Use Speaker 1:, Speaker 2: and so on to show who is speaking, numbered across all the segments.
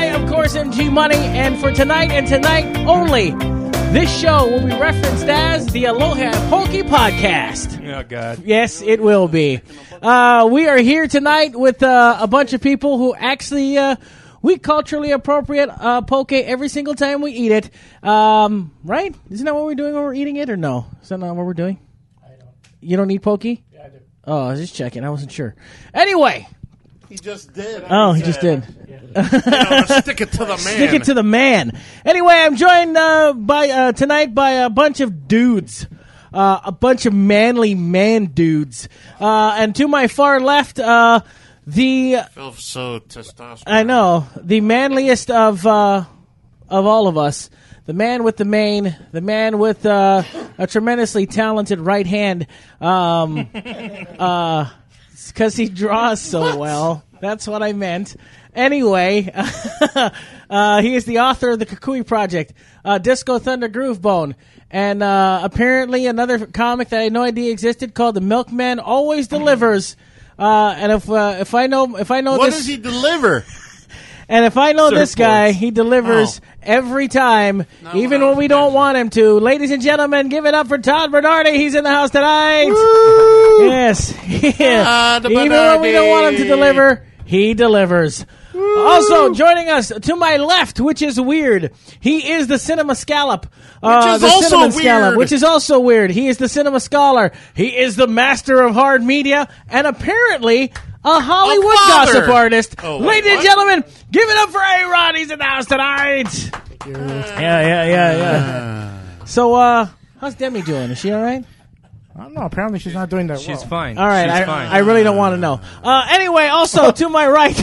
Speaker 1: Jason G Money, and for tonight and tonight only, this show will be referenced as the Aloha Pokey Podcast.
Speaker 2: Oh God.
Speaker 1: Yes, it will be. Uh, we are here tonight with uh, a bunch of people who actually uh, we culturally appropriate uh, poke every single time we eat it. Um, right? Isn't that what we're doing when we're eating it, or no? Is that not what we're doing? You don't need pokey. Yeah, I do. Oh, I was just checking. I wasn't sure. Anyway,
Speaker 3: He just did.
Speaker 1: oh, he just did.
Speaker 3: Stick it to the man.
Speaker 1: Stick it to the man. Anyway, I'm joined uh, by uh, tonight by a bunch of dudes, uh, a bunch of manly man dudes, uh, and to my far left, uh, the
Speaker 3: Feel so testosterone.
Speaker 1: I know the manliest of uh, of all of us, the man with the mane, the man with uh, a tremendously talented right hand, because he draws so well. That's what I meant. Anyway, uh, he is the author of the Kakui Project, uh, Disco Thunder Groove Bone, and uh, apparently another comic that I had no idea existed called The Milkman Always Delivers. Uh, and if uh, if I know if I know
Speaker 3: What
Speaker 1: this,
Speaker 3: does he deliver?
Speaker 1: and if I know this
Speaker 2: Surfboards.
Speaker 1: guy, he delivers every time, even
Speaker 3: what I
Speaker 1: when we don't want him to. Ladies and gentlemen, give it up for Todd Bernardi. He's in the house tonight. Yes. Yeah.
Speaker 3: Todd
Speaker 1: Even when we don't want him to
Speaker 3: Bernardi.
Speaker 1: deliver, he delivers. Also joining us to my left, which is weird, he is the cinema scallop, Uh, which
Speaker 3: is also weird.
Speaker 1: which is also weird. He is the cinema scholar. He is the master of hard media, and apparently a Hollywood
Speaker 3: father.
Speaker 1: gossip artist.
Speaker 3: Oh, wait,
Speaker 1: Ladies and
Speaker 3: what?
Speaker 1: gentlemen, give it up for A Rod. He's in the house tonight. Yeah, yeah, yeah, yeah.
Speaker 3: Ah.
Speaker 1: So, uh, how's Demi doing? Is she all right?
Speaker 4: I don't know. Apparently, she's not doing that
Speaker 2: She's
Speaker 4: well.
Speaker 2: fine.
Speaker 1: All right.
Speaker 2: She's
Speaker 1: I,
Speaker 2: fine.
Speaker 1: I really don't want to know. Uh, anyway, also to my right,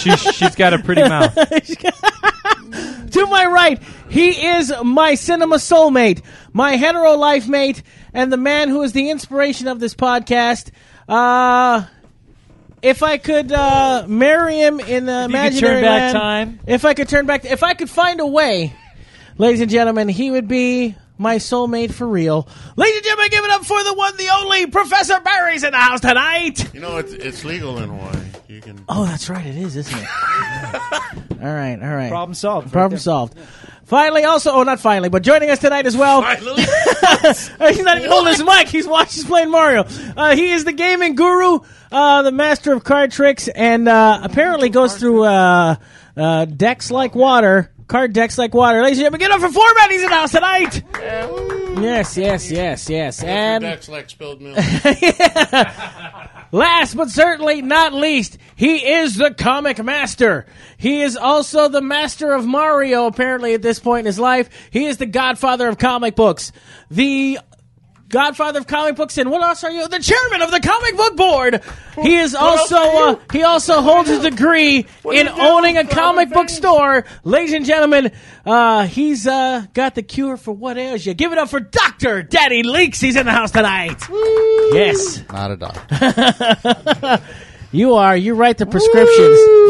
Speaker 2: she, she's got a pretty mouth.
Speaker 1: to my right, he is my cinema soulmate, my hetero life mate, and the man who is the inspiration of this podcast. Uh, if I could uh, marry him in the
Speaker 2: you could
Speaker 1: imaginary
Speaker 2: turn back
Speaker 1: land-
Speaker 2: time.
Speaker 1: If I could turn back, if I could find a way, ladies and gentlemen, he would be my soulmate for real. Ladies and gentlemen, give it up for the one, the only Professor Barry's in the house tonight.
Speaker 3: You know, it's, it's legal in Hawaii. You can.
Speaker 1: Oh, that's right, it is, isn't it? all right, all right.
Speaker 2: Problem solved.
Speaker 1: Problem solved. Finally, also, oh, not finally, but joining us tonight as well.
Speaker 3: Finally,
Speaker 1: He's not even holding his mic. He's watching. He's playing Mario. Uh, he is the gaming guru, uh, the master of card tricks, and uh, apparently goes through uh, uh, decks like water, card decks like water. Ladies and gentlemen, get up for four man. He's in the house tonight. Yes, yes, yes, yes. And
Speaker 3: Dax like spilled milk.
Speaker 1: last but certainly not least, he is the comic master. He is also the master of Mario, apparently, at this point in his life. He is the godfather of comic books. The godfather of comic books and what else are you the chairman of the comic book board he is also uh, he also holds a degree in owning a comic book store ladies and gentlemen uh, he's uh, got the cure for what ails you give it up for dr daddy leaks he's in the house tonight yes
Speaker 5: Not a doctor.
Speaker 1: you are you write the prescriptions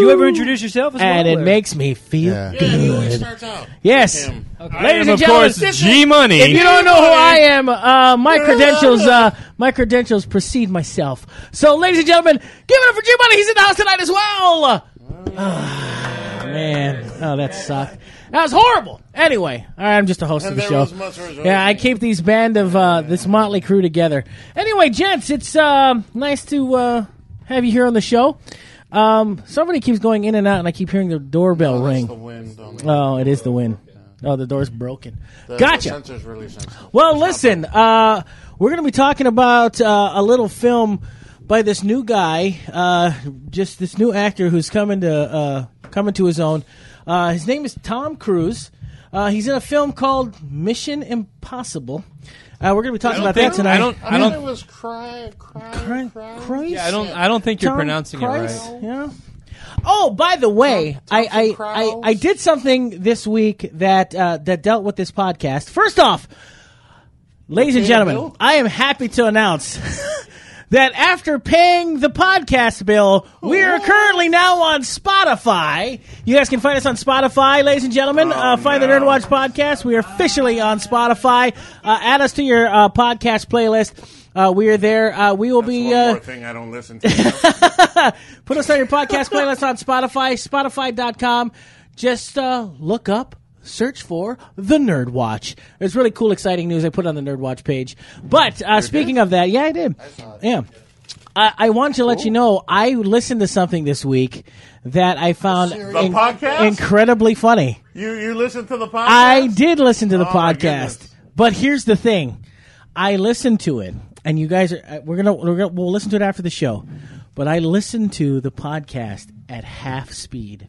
Speaker 2: You ever introduce yourself as
Speaker 1: and
Speaker 2: well?
Speaker 1: it makes me feel
Speaker 5: Yeah.
Speaker 3: yeah, he always starts out.
Speaker 1: yes
Speaker 3: Him.
Speaker 1: ladies
Speaker 2: I am,
Speaker 1: and
Speaker 2: of
Speaker 1: gentlemen
Speaker 2: course, G Money.
Speaker 1: If you don't know who I am, uh, my credentials, uh, my credentials precede myself. So, ladies and gentlemen, give it up for G Money. He's in the house tonight as well.
Speaker 3: Oh,
Speaker 1: Ah, man, oh that sucked. That was horrible. Anyway, all right, I'm just a host of
Speaker 3: And
Speaker 1: the
Speaker 3: there
Speaker 1: show.
Speaker 3: was much reservation.
Speaker 1: Yeah, I keep these band of uh, this motley crew together. Anyway, gents, it's uh, nice to uh, have you here on the show. Um, somebody keeps going in and out, and I keep hearing the doorbell
Speaker 3: Oh, That's
Speaker 1: ring.
Speaker 3: the wind on the-
Speaker 1: Oh, it is the wind. Oh, the door's broken.
Speaker 3: the-
Speaker 1: gotcha.
Speaker 3: The sensor's really sensitive.
Speaker 1: Well, listen, uh, we're going to be talking about uh, a little film by this new guy, uh, just this new actor who's coming to uh, coming to his own. Uh, his name is Tom Cruise. Uh, he's in a film called Mission Impossible. Uh, we're going to be talking about that
Speaker 2: think-
Speaker 1: tonight.
Speaker 2: I don't-
Speaker 3: I, mean, it was cry, cry,
Speaker 1: Cri-
Speaker 3: cry.
Speaker 1: Christ?
Speaker 2: I don't. I don't think you're
Speaker 1: Tom
Speaker 2: pronouncing
Speaker 1: Cruise?
Speaker 2: it right.
Speaker 1: Yeah. Oh, by the way, I, I, I,
Speaker 3: Cruise.
Speaker 1: I did something this week that uh, that dealt with this podcast. First off, ladies and
Speaker 3: Pay the
Speaker 1: gentlemen,
Speaker 3: bill?
Speaker 1: I am happy to announce that after paying the podcast bill, we are currently now on Spotify. You guys can find us on Spotify, ladies and gentlemen.
Speaker 3: Oh,
Speaker 1: uh, find the Nerd Watch podcast. We are officially on Spotify. Uh, add us to your uh, podcast playlist. Uh, we are there. Uh, we will
Speaker 3: One
Speaker 1: be.
Speaker 3: more
Speaker 1: Uh,
Speaker 3: thing I don't listen to.
Speaker 1: Put us on your podcast playlist on Spotify, spotify.com. just uh, look up, search for the Nerd Watch. It's really cool, exciting news. I put it on the Nerd Watch page. But uh, speaking of that, yeah, I did. Yeah. I, I want to let you know I listened to something this week that I found
Speaker 3: The
Speaker 1: in-
Speaker 5: podcast?
Speaker 1: incredibly funny.
Speaker 5: You you listen to the podcast?
Speaker 1: I did listen to the
Speaker 5: Oh, my
Speaker 1: podcast,
Speaker 5: goodness.
Speaker 1: but here's the thing: I listened to it, and you guys are uh, we're gonna we're gonna we'll listen to it after the show. But I listened to the podcast at half speed.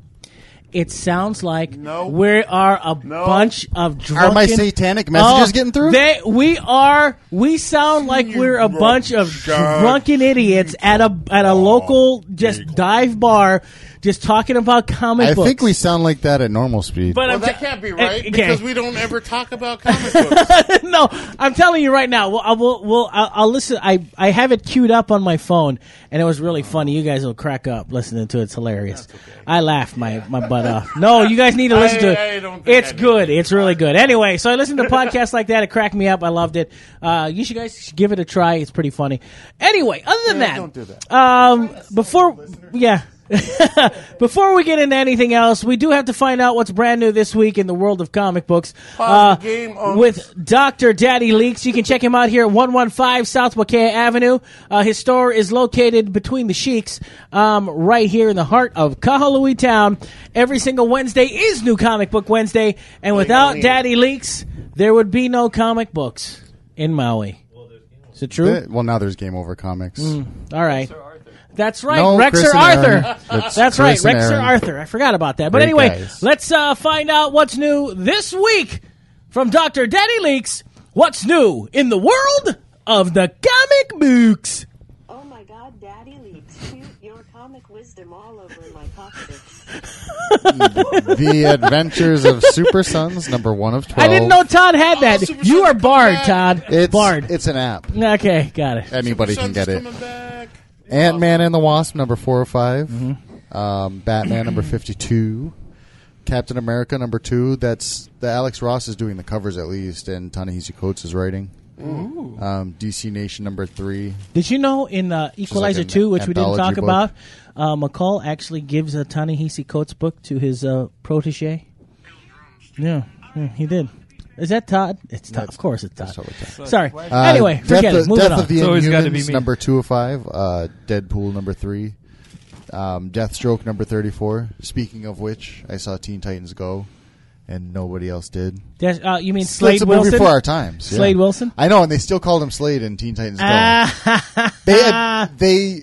Speaker 1: It sounds like
Speaker 5: No.
Speaker 1: we are a bunch of drunken.
Speaker 6: Are my satanic messages
Speaker 1: Oh,
Speaker 6: getting through?
Speaker 1: They, we are. We sound like we're a bunch of
Speaker 5: shut
Speaker 1: drunken idiots at a at a local just dive bar, just talking about comic
Speaker 6: I
Speaker 1: books.
Speaker 6: think we sound like that at normal speed.
Speaker 1: But
Speaker 3: Well,
Speaker 1: I'm
Speaker 3: that
Speaker 1: t-
Speaker 3: can't be
Speaker 1: uh,
Speaker 3: right
Speaker 1: okay.
Speaker 3: because we don't ever talk about comic books.
Speaker 1: no, I'm telling you right now. Well, I will. Well, I'll, I'll listen. I I have it queued up on my phone, and it was really funny. You guys will crack up listening to it. It's hilarious. I laughed my, my butt off. No, you guys need to listen to it.
Speaker 3: I don't think
Speaker 1: it's
Speaker 3: I need
Speaker 1: good. It's really good. Anyway, so I listened to podcasts like that. It cracked me up. I loved it. Uh, you should guys should give it a try. It's pretty funny. Anyway, other than that,
Speaker 5: don't do that.
Speaker 1: Um, before yeah. Before we get into anything else, we do have to find out what's brand new this week in the world of comic books. Uh,
Speaker 5: Pause the game on-
Speaker 1: with Dr. Daddy Leaks. You can check him out here at 115 South Wakaya Avenue. Uh, his store is located between the Sheiks, um, right here in the heart of Kahului Town. Every single Wednesday is New Comic Book Wednesday, and without Daddy Leaks, there would be no comic books in Maui. Is it true?
Speaker 6: Th- Eh, well, now there's Game Over Comics.
Speaker 1: All right. That's right,
Speaker 6: No,
Speaker 1: Rex
Speaker 6: Chris
Speaker 1: or
Speaker 6: and
Speaker 1: Arthur.
Speaker 6: Aaron. It's
Speaker 1: That's right,
Speaker 6: Chris and
Speaker 1: Rex or
Speaker 6: Aaron.
Speaker 1: Arthur. I forgot about that. But
Speaker 6: Great
Speaker 1: anyway,
Speaker 6: guys.
Speaker 1: let's uh, find out what's new this week from Dr. Daddy Leaks. What's new in the world of the comic books?
Speaker 7: Oh my god, Daddy Leaks, shoot your comic wisdom all over my pockets.
Speaker 6: the Adventures of Super Sons, number one of twelve.
Speaker 1: I didn't know Todd had that.
Speaker 3: Super
Speaker 1: you
Speaker 3: Sons
Speaker 1: are
Speaker 3: come
Speaker 1: barred,
Speaker 3: back.
Speaker 1: Todd.
Speaker 6: It's
Speaker 1: barred.
Speaker 6: It's an app.
Speaker 1: okay, got it.
Speaker 6: Anybody
Speaker 3: Sun's
Speaker 6: can get it.
Speaker 3: coming back.
Speaker 6: Ant Man and the Wasp, number four or 5
Speaker 1: Mm-hmm.
Speaker 6: Um, Batman, number fifty-two. Captain America, number two. That's the Alex Ross is doing the covers at least, and Ta-Nehisi Coates is writing. Um, DC Nation, number three.
Speaker 1: Did you know in uh, Equalizer
Speaker 6: an
Speaker 1: 2, which we didn't talk
Speaker 6: anthology book.
Speaker 1: about, uh, McCall actually gives a Ta-Nehisi Coates book to his uh, protege? Yeah, yeah, he did. Is that Todd? It's Todd. Of course it's Todd.
Speaker 6: totally
Speaker 1: Sorry.
Speaker 6: Uh,
Speaker 1: anyway, forget
Speaker 6: Death,
Speaker 1: it. Move it
Speaker 6: Death
Speaker 1: on.
Speaker 6: of the
Speaker 2: It's always gotta be
Speaker 6: Inhumans,
Speaker 2: me.
Speaker 6: number two of five. Uh, Deadpool, number three. Um, Deathstroke, number thirty-four. Speaking of which, I saw Teen Titans Go, and nobody else did.
Speaker 1: There's- uh, you mean
Speaker 6: That's
Speaker 1: Slade
Speaker 6: a
Speaker 1: Wilson?
Speaker 6: movie for our times. yeah.
Speaker 1: Slade Wilson?
Speaker 6: I know, and they still called him Slade in Teen Titans Go.
Speaker 1: Ah,
Speaker 6: they had, they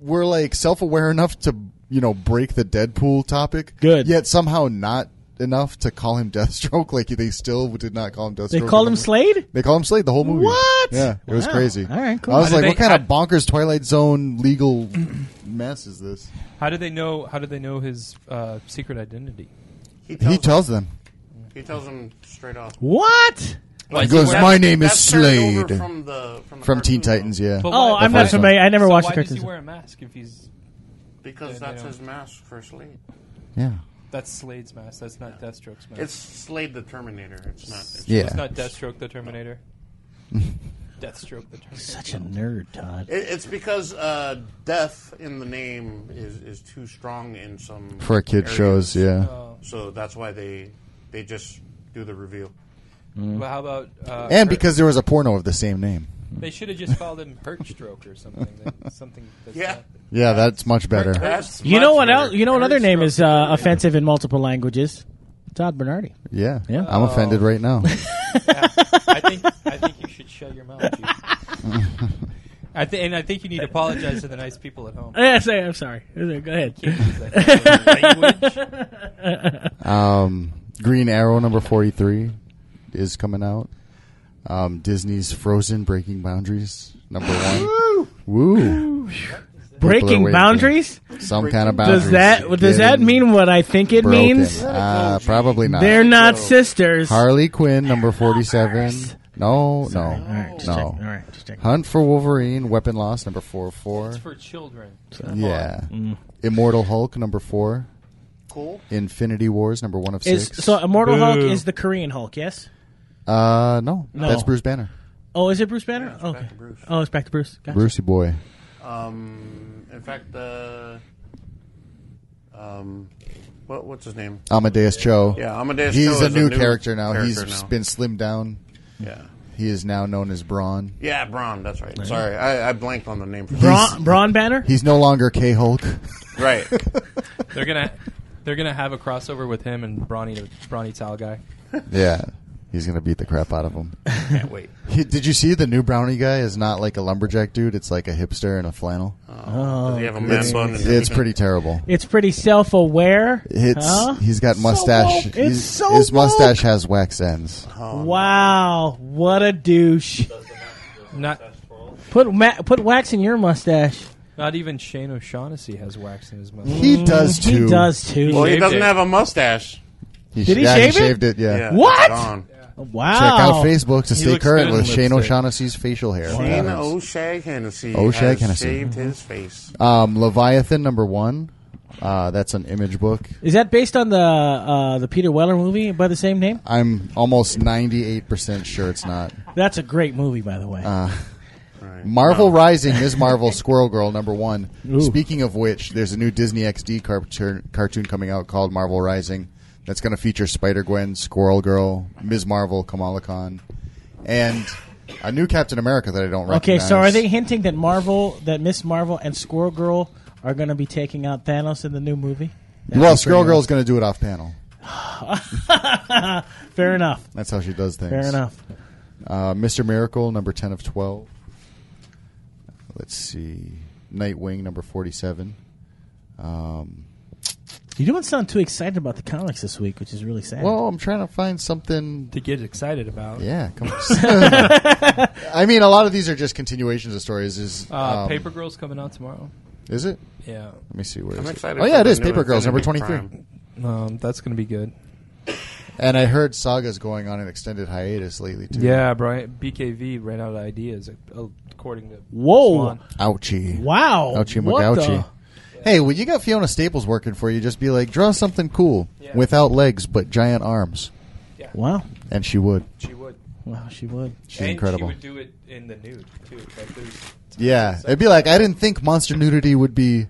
Speaker 6: were like self-aware enough to you know break the Deadpool topic.
Speaker 1: Good.
Speaker 6: Yet somehow not enough to call him Deathstroke. Like they still did not call him Deathstroke.
Speaker 1: they called him Slade?
Speaker 6: They call him Slade the whole movie.
Speaker 1: What?
Speaker 6: Yeah, it was
Speaker 1: Wow.
Speaker 6: crazy.
Speaker 1: All right, cool.
Speaker 6: I was
Speaker 2: How
Speaker 6: like,
Speaker 2: did
Speaker 6: what
Speaker 2: they-
Speaker 6: kind of bonkers Twilight Zone legal mess is this?
Speaker 2: How did they know? How did they know his uh, secret identity?
Speaker 3: He tells,
Speaker 6: He tells them.
Speaker 3: him, he tells him straight off.
Speaker 1: What?
Speaker 6: He goes,
Speaker 3: That's-
Speaker 6: my
Speaker 1: Oh,
Speaker 6: name is
Speaker 3: that's carried
Speaker 6: Slade
Speaker 3: over From, the, from, the
Speaker 6: from Teen
Speaker 3: cartoon,
Speaker 6: Titans.
Speaker 3: though,
Speaker 6: Yeah.
Speaker 2: But
Speaker 1: Oh,
Speaker 2: why-
Speaker 1: I'm
Speaker 6: why-
Speaker 1: not familiar. I never
Speaker 2: so
Speaker 1: watched
Speaker 2: why
Speaker 1: the
Speaker 2: does he
Speaker 1: cartoons.
Speaker 2: wear a mask if he's?
Speaker 3: Because
Speaker 2: Yeah,
Speaker 3: that's
Speaker 2: yeah.
Speaker 3: his mask for Slade.
Speaker 6: Yeah.
Speaker 2: That's Slade's mask. That's not Deathstroke's mask.
Speaker 3: It's Slade the Terminator. It's not. It's
Speaker 6: Yeah.
Speaker 2: It's not Deathstroke the Terminator. Deathstroke the Terminator.
Speaker 1: Such a nerd, Todd.
Speaker 3: It, it's because uh, death in the name is, is too strong in some
Speaker 6: For kid
Speaker 3: areas.
Speaker 6: shows. Yeah.
Speaker 2: Uh,
Speaker 3: So that's why they they just do the reveal.
Speaker 2: But how about? Uh,
Speaker 6: and
Speaker 2: Hurt-
Speaker 6: because there was a porno of the same name.
Speaker 2: they should have just called him Hurt Stroke or something. that- something. That's
Speaker 3: Yeah.
Speaker 2: not-
Speaker 6: Yeah, that's much better.
Speaker 3: That's
Speaker 1: You know
Speaker 3: much
Speaker 1: what
Speaker 3: better.
Speaker 1: else? You know what other name is uh, offensive in multiple languages? Todd Bernardi.
Speaker 6: Yeah.
Speaker 1: Yeah.
Speaker 6: I'm offended right now.
Speaker 2: I think I think you should shut your mouth. you- I thi- and I think you need to apologize to the nice people at home.
Speaker 1: Yes, I- I'm sorry. Go ahead.
Speaker 2: Language.
Speaker 6: Um, Green Arrow number 43 is coming out. Um, Disney's Frozen Breaking Boundaries number 1. Woo. People are
Speaker 1: Breaking
Speaker 6: waiting.
Speaker 1: boundaries?
Speaker 6: Some kind of boundaries.
Speaker 1: Does that does that
Speaker 6: Getting
Speaker 1: mean what I think it
Speaker 6: broken.
Speaker 1: means?
Speaker 6: Uh, probably not.
Speaker 1: They're not sisters.
Speaker 6: Harley Quinn number 47. No, no.
Speaker 1: All right, just
Speaker 6: no.
Speaker 1: checking. All right, just checking.
Speaker 6: Hunt for Wolverine, Weapon Loss number 44.
Speaker 2: It's for children.
Speaker 6: Yeah.
Speaker 1: Mm.
Speaker 6: Immortal Hulk number 4.
Speaker 3: Cool.
Speaker 6: Infinity Wars number 1 of 6.
Speaker 1: Is, so Immortal Hulk
Speaker 2: Boo.
Speaker 1: is the Korean Hulk, yes?
Speaker 6: uh no,
Speaker 1: No.
Speaker 6: that's Bruce Banner.
Speaker 1: Oh, is it Bruce Banner? okay.
Speaker 3: back to Bruce.
Speaker 1: Oh, it's back to Bruce. Gotcha.
Speaker 6: Brucey boy.
Speaker 3: Um, in fact, uh, um, what, what's his name?
Speaker 6: Amadeus Cho.
Speaker 3: Yeah, Amadeus
Speaker 6: He's
Speaker 3: Cho is
Speaker 6: a
Speaker 3: a
Speaker 6: new
Speaker 3: new
Speaker 6: character now. He's
Speaker 3: character now.
Speaker 6: been slimmed down.
Speaker 3: Yeah.
Speaker 6: He is now known as Braun.
Speaker 3: Yeah, Braun. That's right. Sorry, I, I blanked on the name. For
Speaker 1: Braun, Braun Banner?
Speaker 6: He's no longer K Hulk.
Speaker 3: Right.
Speaker 2: They're gonna they're gonna have a crossover with him and Brawny Brawny Towel guy.
Speaker 6: yeah. He's gonna beat the crap out of him.
Speaker 3: Can't wait.
Speaker 6: He, did you see the new brownie guy is not like a lumberjack dude? It's like a hipster in a flannel.
Speaker 3: Does he have a man bun? and
Speaker 6: Oh, It's
Speaker 3: everything?
Speaker 6: pretty terrible.
Speaker 1: It's pretty self aware.
Speaker 6: It's
Speaker 1: Huh?
Speaker 6: he's got mustache.
Speaker 1: woke.
Speaker 6: He's-
Speaker 1: It's so
Speaker 6: his mustache has wax ends.
Speaker 1: Wow, what a douche.
Speaker 2: Not
Speaker 1: Put ma- put wax in your mustache.
Speaker 2: not even Shane O'Shaughnessy has wax in his mouth.
Speaker 6: He does
Speaker 1: Mm, He
Speaker 6: too.
Speaker 1: does too.
Speaker 3: Well, he
Speaker 2: Shaved
Speaker 3: doesn't
Speaker 2: it.
Speaker 3: have a mustache.
Speaker 1: Did he
Speaker 6: yeah,
Speaker 1: shave it?
Speaker 6: he shaved it? Yeah.
Speaker 3: Yeah, it's
Speaker 1: What?
Speaker 3: gone.
Speaker 1: Wow.
Speaker 6: Check out Facebook to stay
Speaker 2: looks
Speaker 6: current
Speaker 2: good in
Speaker 6: with Shane
Speaker 2: lipstick.
Speaker 6: O'Shaughnessy's facial hair.
Speaker 3: Shane
Speaker 6: patterns.
Speaker 3: O'Shag Hennessy
Speaker 6: O'Shag
Speaker 3: has
Speaker 6: Hennessy. Mm-hmm.
Speaker 3: shaved his face.
Speaker 6: Um, Leviathan number one. Uh, that's an image book.
Speaker 1: Is that based on the uh, the Peter Weller movie by the same name?
Speaker 6: I'm almost 98% sure it's not.
Speaker 1: That's a great movie, by the way.
Speaker 6: Ah, Marvel Rising is Marvel Squirrel Girl number one. Speaking of which, there's a new Disney XD cartoon, cartoon coming out called Marvel Rising that's going to feature Spider Gwen, Squirrel Girl, Ms. Marvel, Kamala Khan, and a new Captain America that I don't
Speaker 1: okay,
Speaker 6: recognize.
Speaker 1: so are they hinting that Marvel, that Miss Marvel and Squirrel Girl are going to be taking out Thanos in the new movie?
Speaker 6: Well, Squirrel Girl's going to do it off panel.
Speaker 1: Fair enough.
Speaker 6: That's how she does things.
Speaker 1: Fair enough.
Speaker 6: Uh, Mr. Miracle, number 10 of 12. Let's see. Nightwing, number Um, 47.
Speaker 1: You don't sound too excited about the comics this week, which is really sad.
Speaker 6: Well, I'm trying to find something.
Speaker 2: To get excited about
Speaker 6: Yeah, come on. I mean, a lot of these are just continuations of stories. Is
Speaker 2: Uh,
Speaker 6: um,
Speaker 2: Paper Girls coming out tomorrow.
Speaker 6: Is it?
Speaker 2: Yeah,
Speaker 6: Let me see where.
Speaker 3: I'm
Speaker 6: is it?
Speaker 3: excited.
Speaker 6: Oh
Speaker 3: for
Speaker 6: yeah, it
Speaker 3: the
Speaker 6: is
Speaker 3: new
Speaker 6: Paper Girls number twenty
Speaker 3: Infinity
Speaker 6: three.
Speaker 3: Prime.
Speaker 2: um, that's gonna be good.
Speaker 6: And I heard Saga's going on an extended hiatus lately too.
Speaker 2: Yeah, Brian BKV ran out of ideas uh, according to
Speaker 1: Whoa.
Speaker 2: Swan.
Speaker 6: Ouchie.
Speaker 1: wow.
Speaker 6: Ouchie
Speaker 1: What the-
Speaker 6: McGouchie. Hey, when you got Fiona Staples working for you, just be like, draw something cool
Speaker 2: Yeah.
Speaker 6: without legs but giant arms,
Speaker 1: Wow.
Speaker 6: and she would.
Speaker 2: She would.
Speaker 1: Wow, she would.
Speaker 6: She's incredible.
Speaker 2: She would do it in the nude too. Like there's
Speaker 6: Yeah, it'd be like I didn't think monster nudity would be,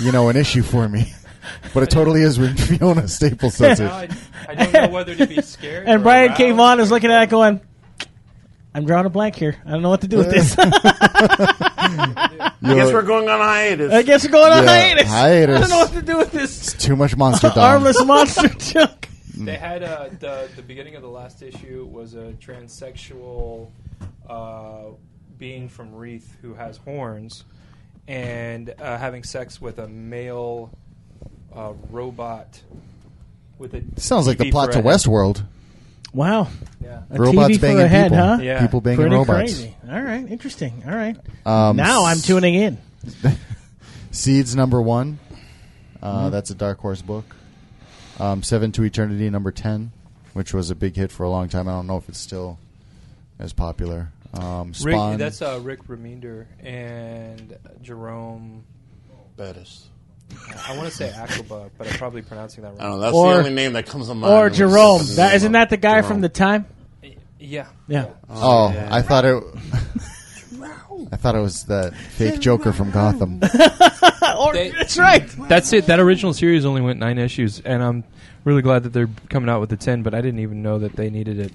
Speaker 6: you know, an issue for me, but it totally is when Fiona Staples does
Speaker 2: Now
Speaker 6: it.
Speaker 2: I, I don't know whether to be scared.
Speaker 1: And
Speaker 2: or
Speaker 1: Brian
Speaker 2: aroused.
Speaker 1: K. Vaughn is looking at it going, I'm drawing a blank here. I don't know what to do with this.
Speaker 3: I guess we're going on hiatus.
Speaker 1: I guess we're going on
Speaker 6: Yeah,
Speaker 1: hiatus.
Speaker 6: hiatus.
Speaker 1: I don't know what to do with this
Speaker 6: Too much monster dom.
Speaker 1: armless monster junk.
Speaker 2: They had uh, the the beginning of the last issue was a transsexual uh, being from Wreath who has horns and uh, having sex with a male uh, robot with a
Speaker 6: Sounds like the
Speaker 2: TV
Speaker 6: plot
Speaker 2: for
Speaker 6: to
Speaker 2: a head.
Speaker 6: Westworld.
Speaker 1: Wow.
Speaker 2: Yeah.
Speaker 1: A
Speaker 6: robots
Speaker 1: TV
Speaker 6: banging
Speaker 1: for a head,
Speaker 6: people.
Speaker 1: huh?
Speaker 2: Yeah.
Speaker 6: People banging
Speaker 1: Pretty
Speaker 6: robots.
Speaker 1: crazy. All right. Interesting. All right.
Speaker 6: Um,
Speaker 1: now I'm tuning in.
Speaker 6: Seeds number one. Uh,
Speaker 1: Mm-hmm.
Speaker 6: That's a Dark Horse book. Um, Seven to Eternity number ten, which was a big hit for a long time. I don't know if it's still as popular. Um, Spawn.
Speaker 2: Rick, that's uh, Rick Remender and Jerome.
Speaker 3: Bettis.
Speaker 2: I want to say Aquaba, but I'm probably pronouncing
Speaker 3: I
Speaker 2: that
Speaker 3: don't
Speaker 2: wrong.
Speaker 3: know. That's
Speaker 1: Or-
Speaker 3: the only name that comes to mind.
Speaker 1: Or
Speaker 3: when we
Speaker 1: Jerome.
Speaker 3: said
Speaker 1: That, isn't that the guy
Speaker 3: Jerome.
Speaker 1: from The Time?
Speaker 2: Yeah.
Speaker 1: Yeah.
Speaker 6: oh, I thought it. I thought it was that fake Joker from Gotham.
Speaker 1: Or,
Speaker 2: They-
Speaker 1: that's right.
Speaker 2: That's it. That original series only went nine issues, and I'm really glad that they're coming out with the ten. But I didn't even know that they needed it.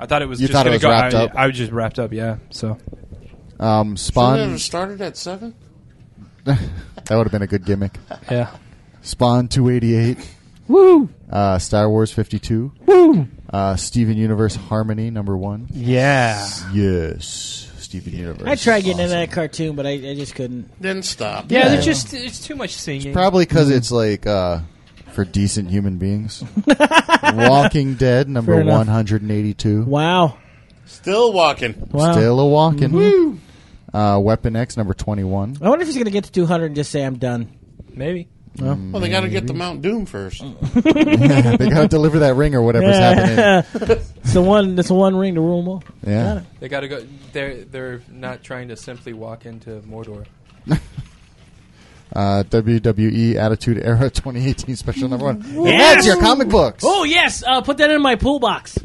Speaker 2: I thought it was
Speaker 6: You
Speaker 2: just
Speaker 6: thought it
Speaker 2: gonna
Speaker 6: was
Speaker 2: go-
Speaker 6: wrapped
Speaker 2: I,
Speaker 6: up?
Speaker 2: I was just wrapped up. Yeah. So
Speaker 6: Um,
Speaker 3: Shouldn't it
Speaker 6: Spawn.
Speaker 3: have started at seven.
Speaker 6: That would have been a good gimmick.
Speaker 2: yeah.
Speaker 6: Spawn 288.
Speaker 1: Woo.
Speaker 6: Uh, Star Wars 52.
Speaker 1: Woo.
Speaker 6: Uh, Steven Universe Harmony number one.
Speaker 1: Yeah.
Speaker 6: Yes, Steven Universe.
Speaker 1: I tried getting into
Speaker 6: Awesome.
Speaker 1: that cartoon, but I, I just couldn't.
Speaker 3: Then stop.
Speaker 2: Yeah. There's
Speaker 6: there's
Speaker 2: just it's too much singing.
Speaker 6: Probably because it's like uh, for decent human beings. Walking Dead number
Speaker 1: Fair enough.
Speaker 6: one hundred and eighty-two.
Speaker 1: Wow.
Speaker 3: Still walking.
Speaker 1: Wow. Mm-hmm.
Speaker 6: Still a walking. Uh, Weapon X number twenty-one.
Speaker 1: I wonder if he's going to get to 200 and just say, I'm done.
Speaker 2: Maybe.
Speaker 3: Well, they got to
Speaker 6: Mm-hmm.
Speaker 3: get to Mount Doom first.
Speaker 6: they gotta deliver that ring or whatever's happening.
Speaker 1: it's the one. It's the one ring to rule them all.
Speaker 6: Yeah,
Speaker 2: They gotta go. They're they're not trying to simply walk into Mordor.
Speaker 6: uh, WWE Attitude Era twenty eighteen special number one. And
Speaker 1: Yes!
Speaker 6: That's your comic books.
Speaker 1: Oh yes, uh, put that in my pool box.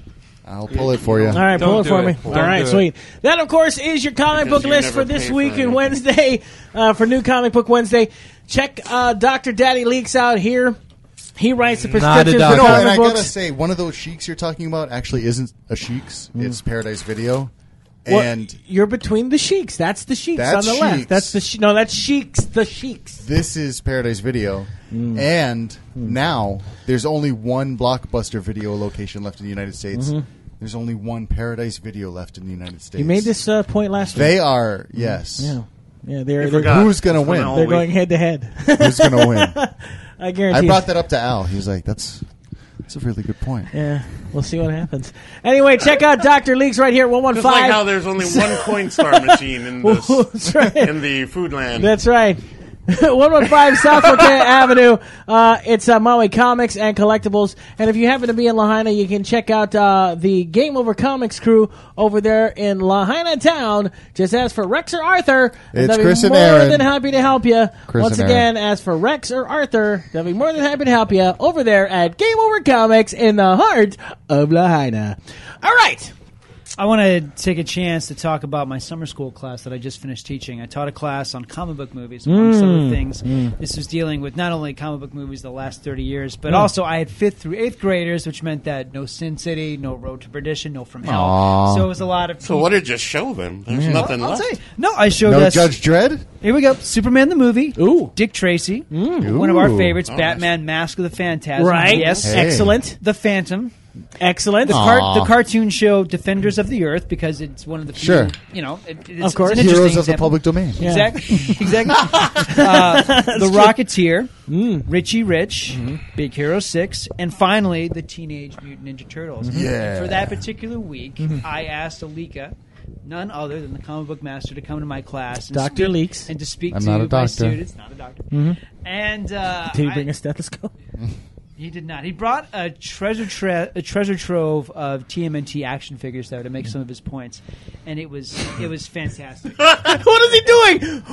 Speaker 6: I'll pull it for you.
Speaker 1: All right,
Speaker 2: Don't
Speaker 1: pull it
Speaker 2: do
Speaker 1: for
Speaker 2: it.
Speaker 1: me.
Speaker 2: Don't
Speaker 1: All right,
Speaker 2: do it.
Speaker 1: sweet. That of course is your comic book
Speaker 3: Because you
Speaker 1: list
Speaker 3: never
Speaker 1: for this
Speaker 3: pay for
Speaker 1: week and
Speaker 3: anything.
Speaker 1: Wednesday uh, for new comic book Wednesday. Check uh, Doctor Daddy leaks out here. He writes the
Speaker 8: Not a
Speaker 1: prescriptions for
Speaker 8: doctor.
Speaker 6: No, and
Speaker 1: comic
Speaker 6: I gotta
Speaker 1: books.
Speaker 6: say, one of those sheiks you're talking about actually isn't a sheik's.
Speaker 1: Mm.
Speaker 6: It's Paradise Video,
Speaker 1: Well,
Speaker 6: and
Speaker 1: you're between the sheiks. That's the sheiks
Speaker 6: That's
Speaker 1: on the left.
Speaker 6: sheiks.
Speaker 1: That's the she- no. That's sheiks. The sheiks.
Speaker 6: this is Paradise Video.
Speaker 1: Mm.
Speaker 6: And now there's only one blockbuster video location left in the United States. There's only one Paradise Video left in the United States.
Speaker 1: Mm-hmm. You made this Mm. uh, point last week.
Speaker 6: They are yes.
Speaker 1: Yeah, yeah. They're
Speaker 3: You
Speaker 1: they're,
Speaker 3: forgot.
Speaker 6: Who's gonna
Speaker 3: It's been
Speaker 6: win?
Speaker 3: all
Speaker 1: they're
Speaker 3: week.
Speaker 1: going head to head.
Speaker 6: Who's gonna win?
Speaker 1: I guarantee.
Speaker 6: I
Speaker 1: it.
Speaker 6: brought that up to Al. He was like, "That's that's a really good point."
Speaker 1: Yeah, we'll see what happens. Anyway, check out Doctor Leaks right here at one one
Speaker 3: Just
Speaker 1: five.
Speaker 3: like how there's only one Coinstar machine in this
Speaker 1: That's right.
Speaker 3: in the Foodland.
Speaker 1: That's right. 115 South Lafayette Avenue. Uh, it's uh, Maui Comics and Collectibles. And if you happen to be in Lahaina, you can check out uh, the Game Over Comics crew over there in Lahaina Town. Just ask for Rex or Arthur.
Speaker 6: It's
Speaker 1: they'll
Speaker 6: Chris
Speaker 1: be
Speaker 6: and
Speaker 1: more
Speaker 6: Aaron.
Speaker 1: than happy to help you.
Speaker 6: Chris
Speaker 1: Once
Speaker 6: and
Speaker 1: again, ask for Rex or Arthur. They'll be more than happy to help you over there at Game Over Comics in the heart of Lahaina. All right.
Speaker 9: I want to take a chance to talk about my summer school class that I just finished teaching. I taught a class on comic book movies, amongst
Speaker 6: Mm.
Speaker 9: other things. This was dealing with not only comic book movies the last 30 years,
Speaker 6: Mm.
Speaker 9: but also I had fifth through eighth graders, which meant that no Sin City, no Road to Perdition, no From Hell. So it was a lot of.
Speaker 3: so what did you show them? There's nothing
Speaker 9: I'll
Speaker 3: left.
Speaker 9: tell you. No, I showed
Speaker 6: No
Speaker 9: us.
Speaker 6: Judge Dredd.
Speaker 9: Here we go. Superman the movie.
Speaker 1: Ooh.
Speaker 9: Dick Tracy. One of our
Speaker 6: Mm. Ooh. Oh,
Speaker 9: favorites. Batman Mask of the Phantasm.
Speaker 1: Right.
Speaker 9: Yes.
Speaker 6: Hey.
Speaker 1: Excellent.
Speaker 9: The Phantom.
Speaker 1: Excellent.
Speaker 9: The, car- the cartoon show Defenders of the Earth because it's one of the few,
Speaker 6: Sure.
Speaker 9: you know, it, it's,
Speaker 1: Of course.
Speaker 9: it's an
Speaker 6: Heroes
Speaker 9: interesting
Speaker 6: of the
Speaker 9: example.
Speaker 6: public domain.
Speaker 1: Yeah.
Speaker 9: Exactly. exactly. Uh, the Rocketeer,
Speaker 1: Mm.
Speaker 9: Richie Rich,
Speaker 1: Mm-hmm.
Speaker 9: Big Hero 6, and finally, the Teenage Mutant Ninja Turtles.
Speaker 6: Yeah.
Speaker 9: And for that particular week,
Speaker 1: Mm-hmm.
Speaker 9: I asked Alika, none other than the comic book master, to come to my class. And
Speaker 1: Dr.
Speaker 9: speak-
Speaker 1: Leeks.
Speaker 9: And to speak
Speaker 6: I'm
Speaker 9: to
Speaker 6: not a
Speaker 9: my
Speaker 6: doctor.
Speaker 9: students. Not a doctor. And uh,
Speaker 1: Mm-hmm. Did he
Speaker 9: I-
Speaker 1: bring a stethoscope?
Speaker 9: he did not. He brought a treasure tra- a treasure trove of TMNT action figures though to make
Speaker 1: Mm-hmm.
Speaker 9: some of his points, and it was it was fantastic.
Speaker 1: what is he doing?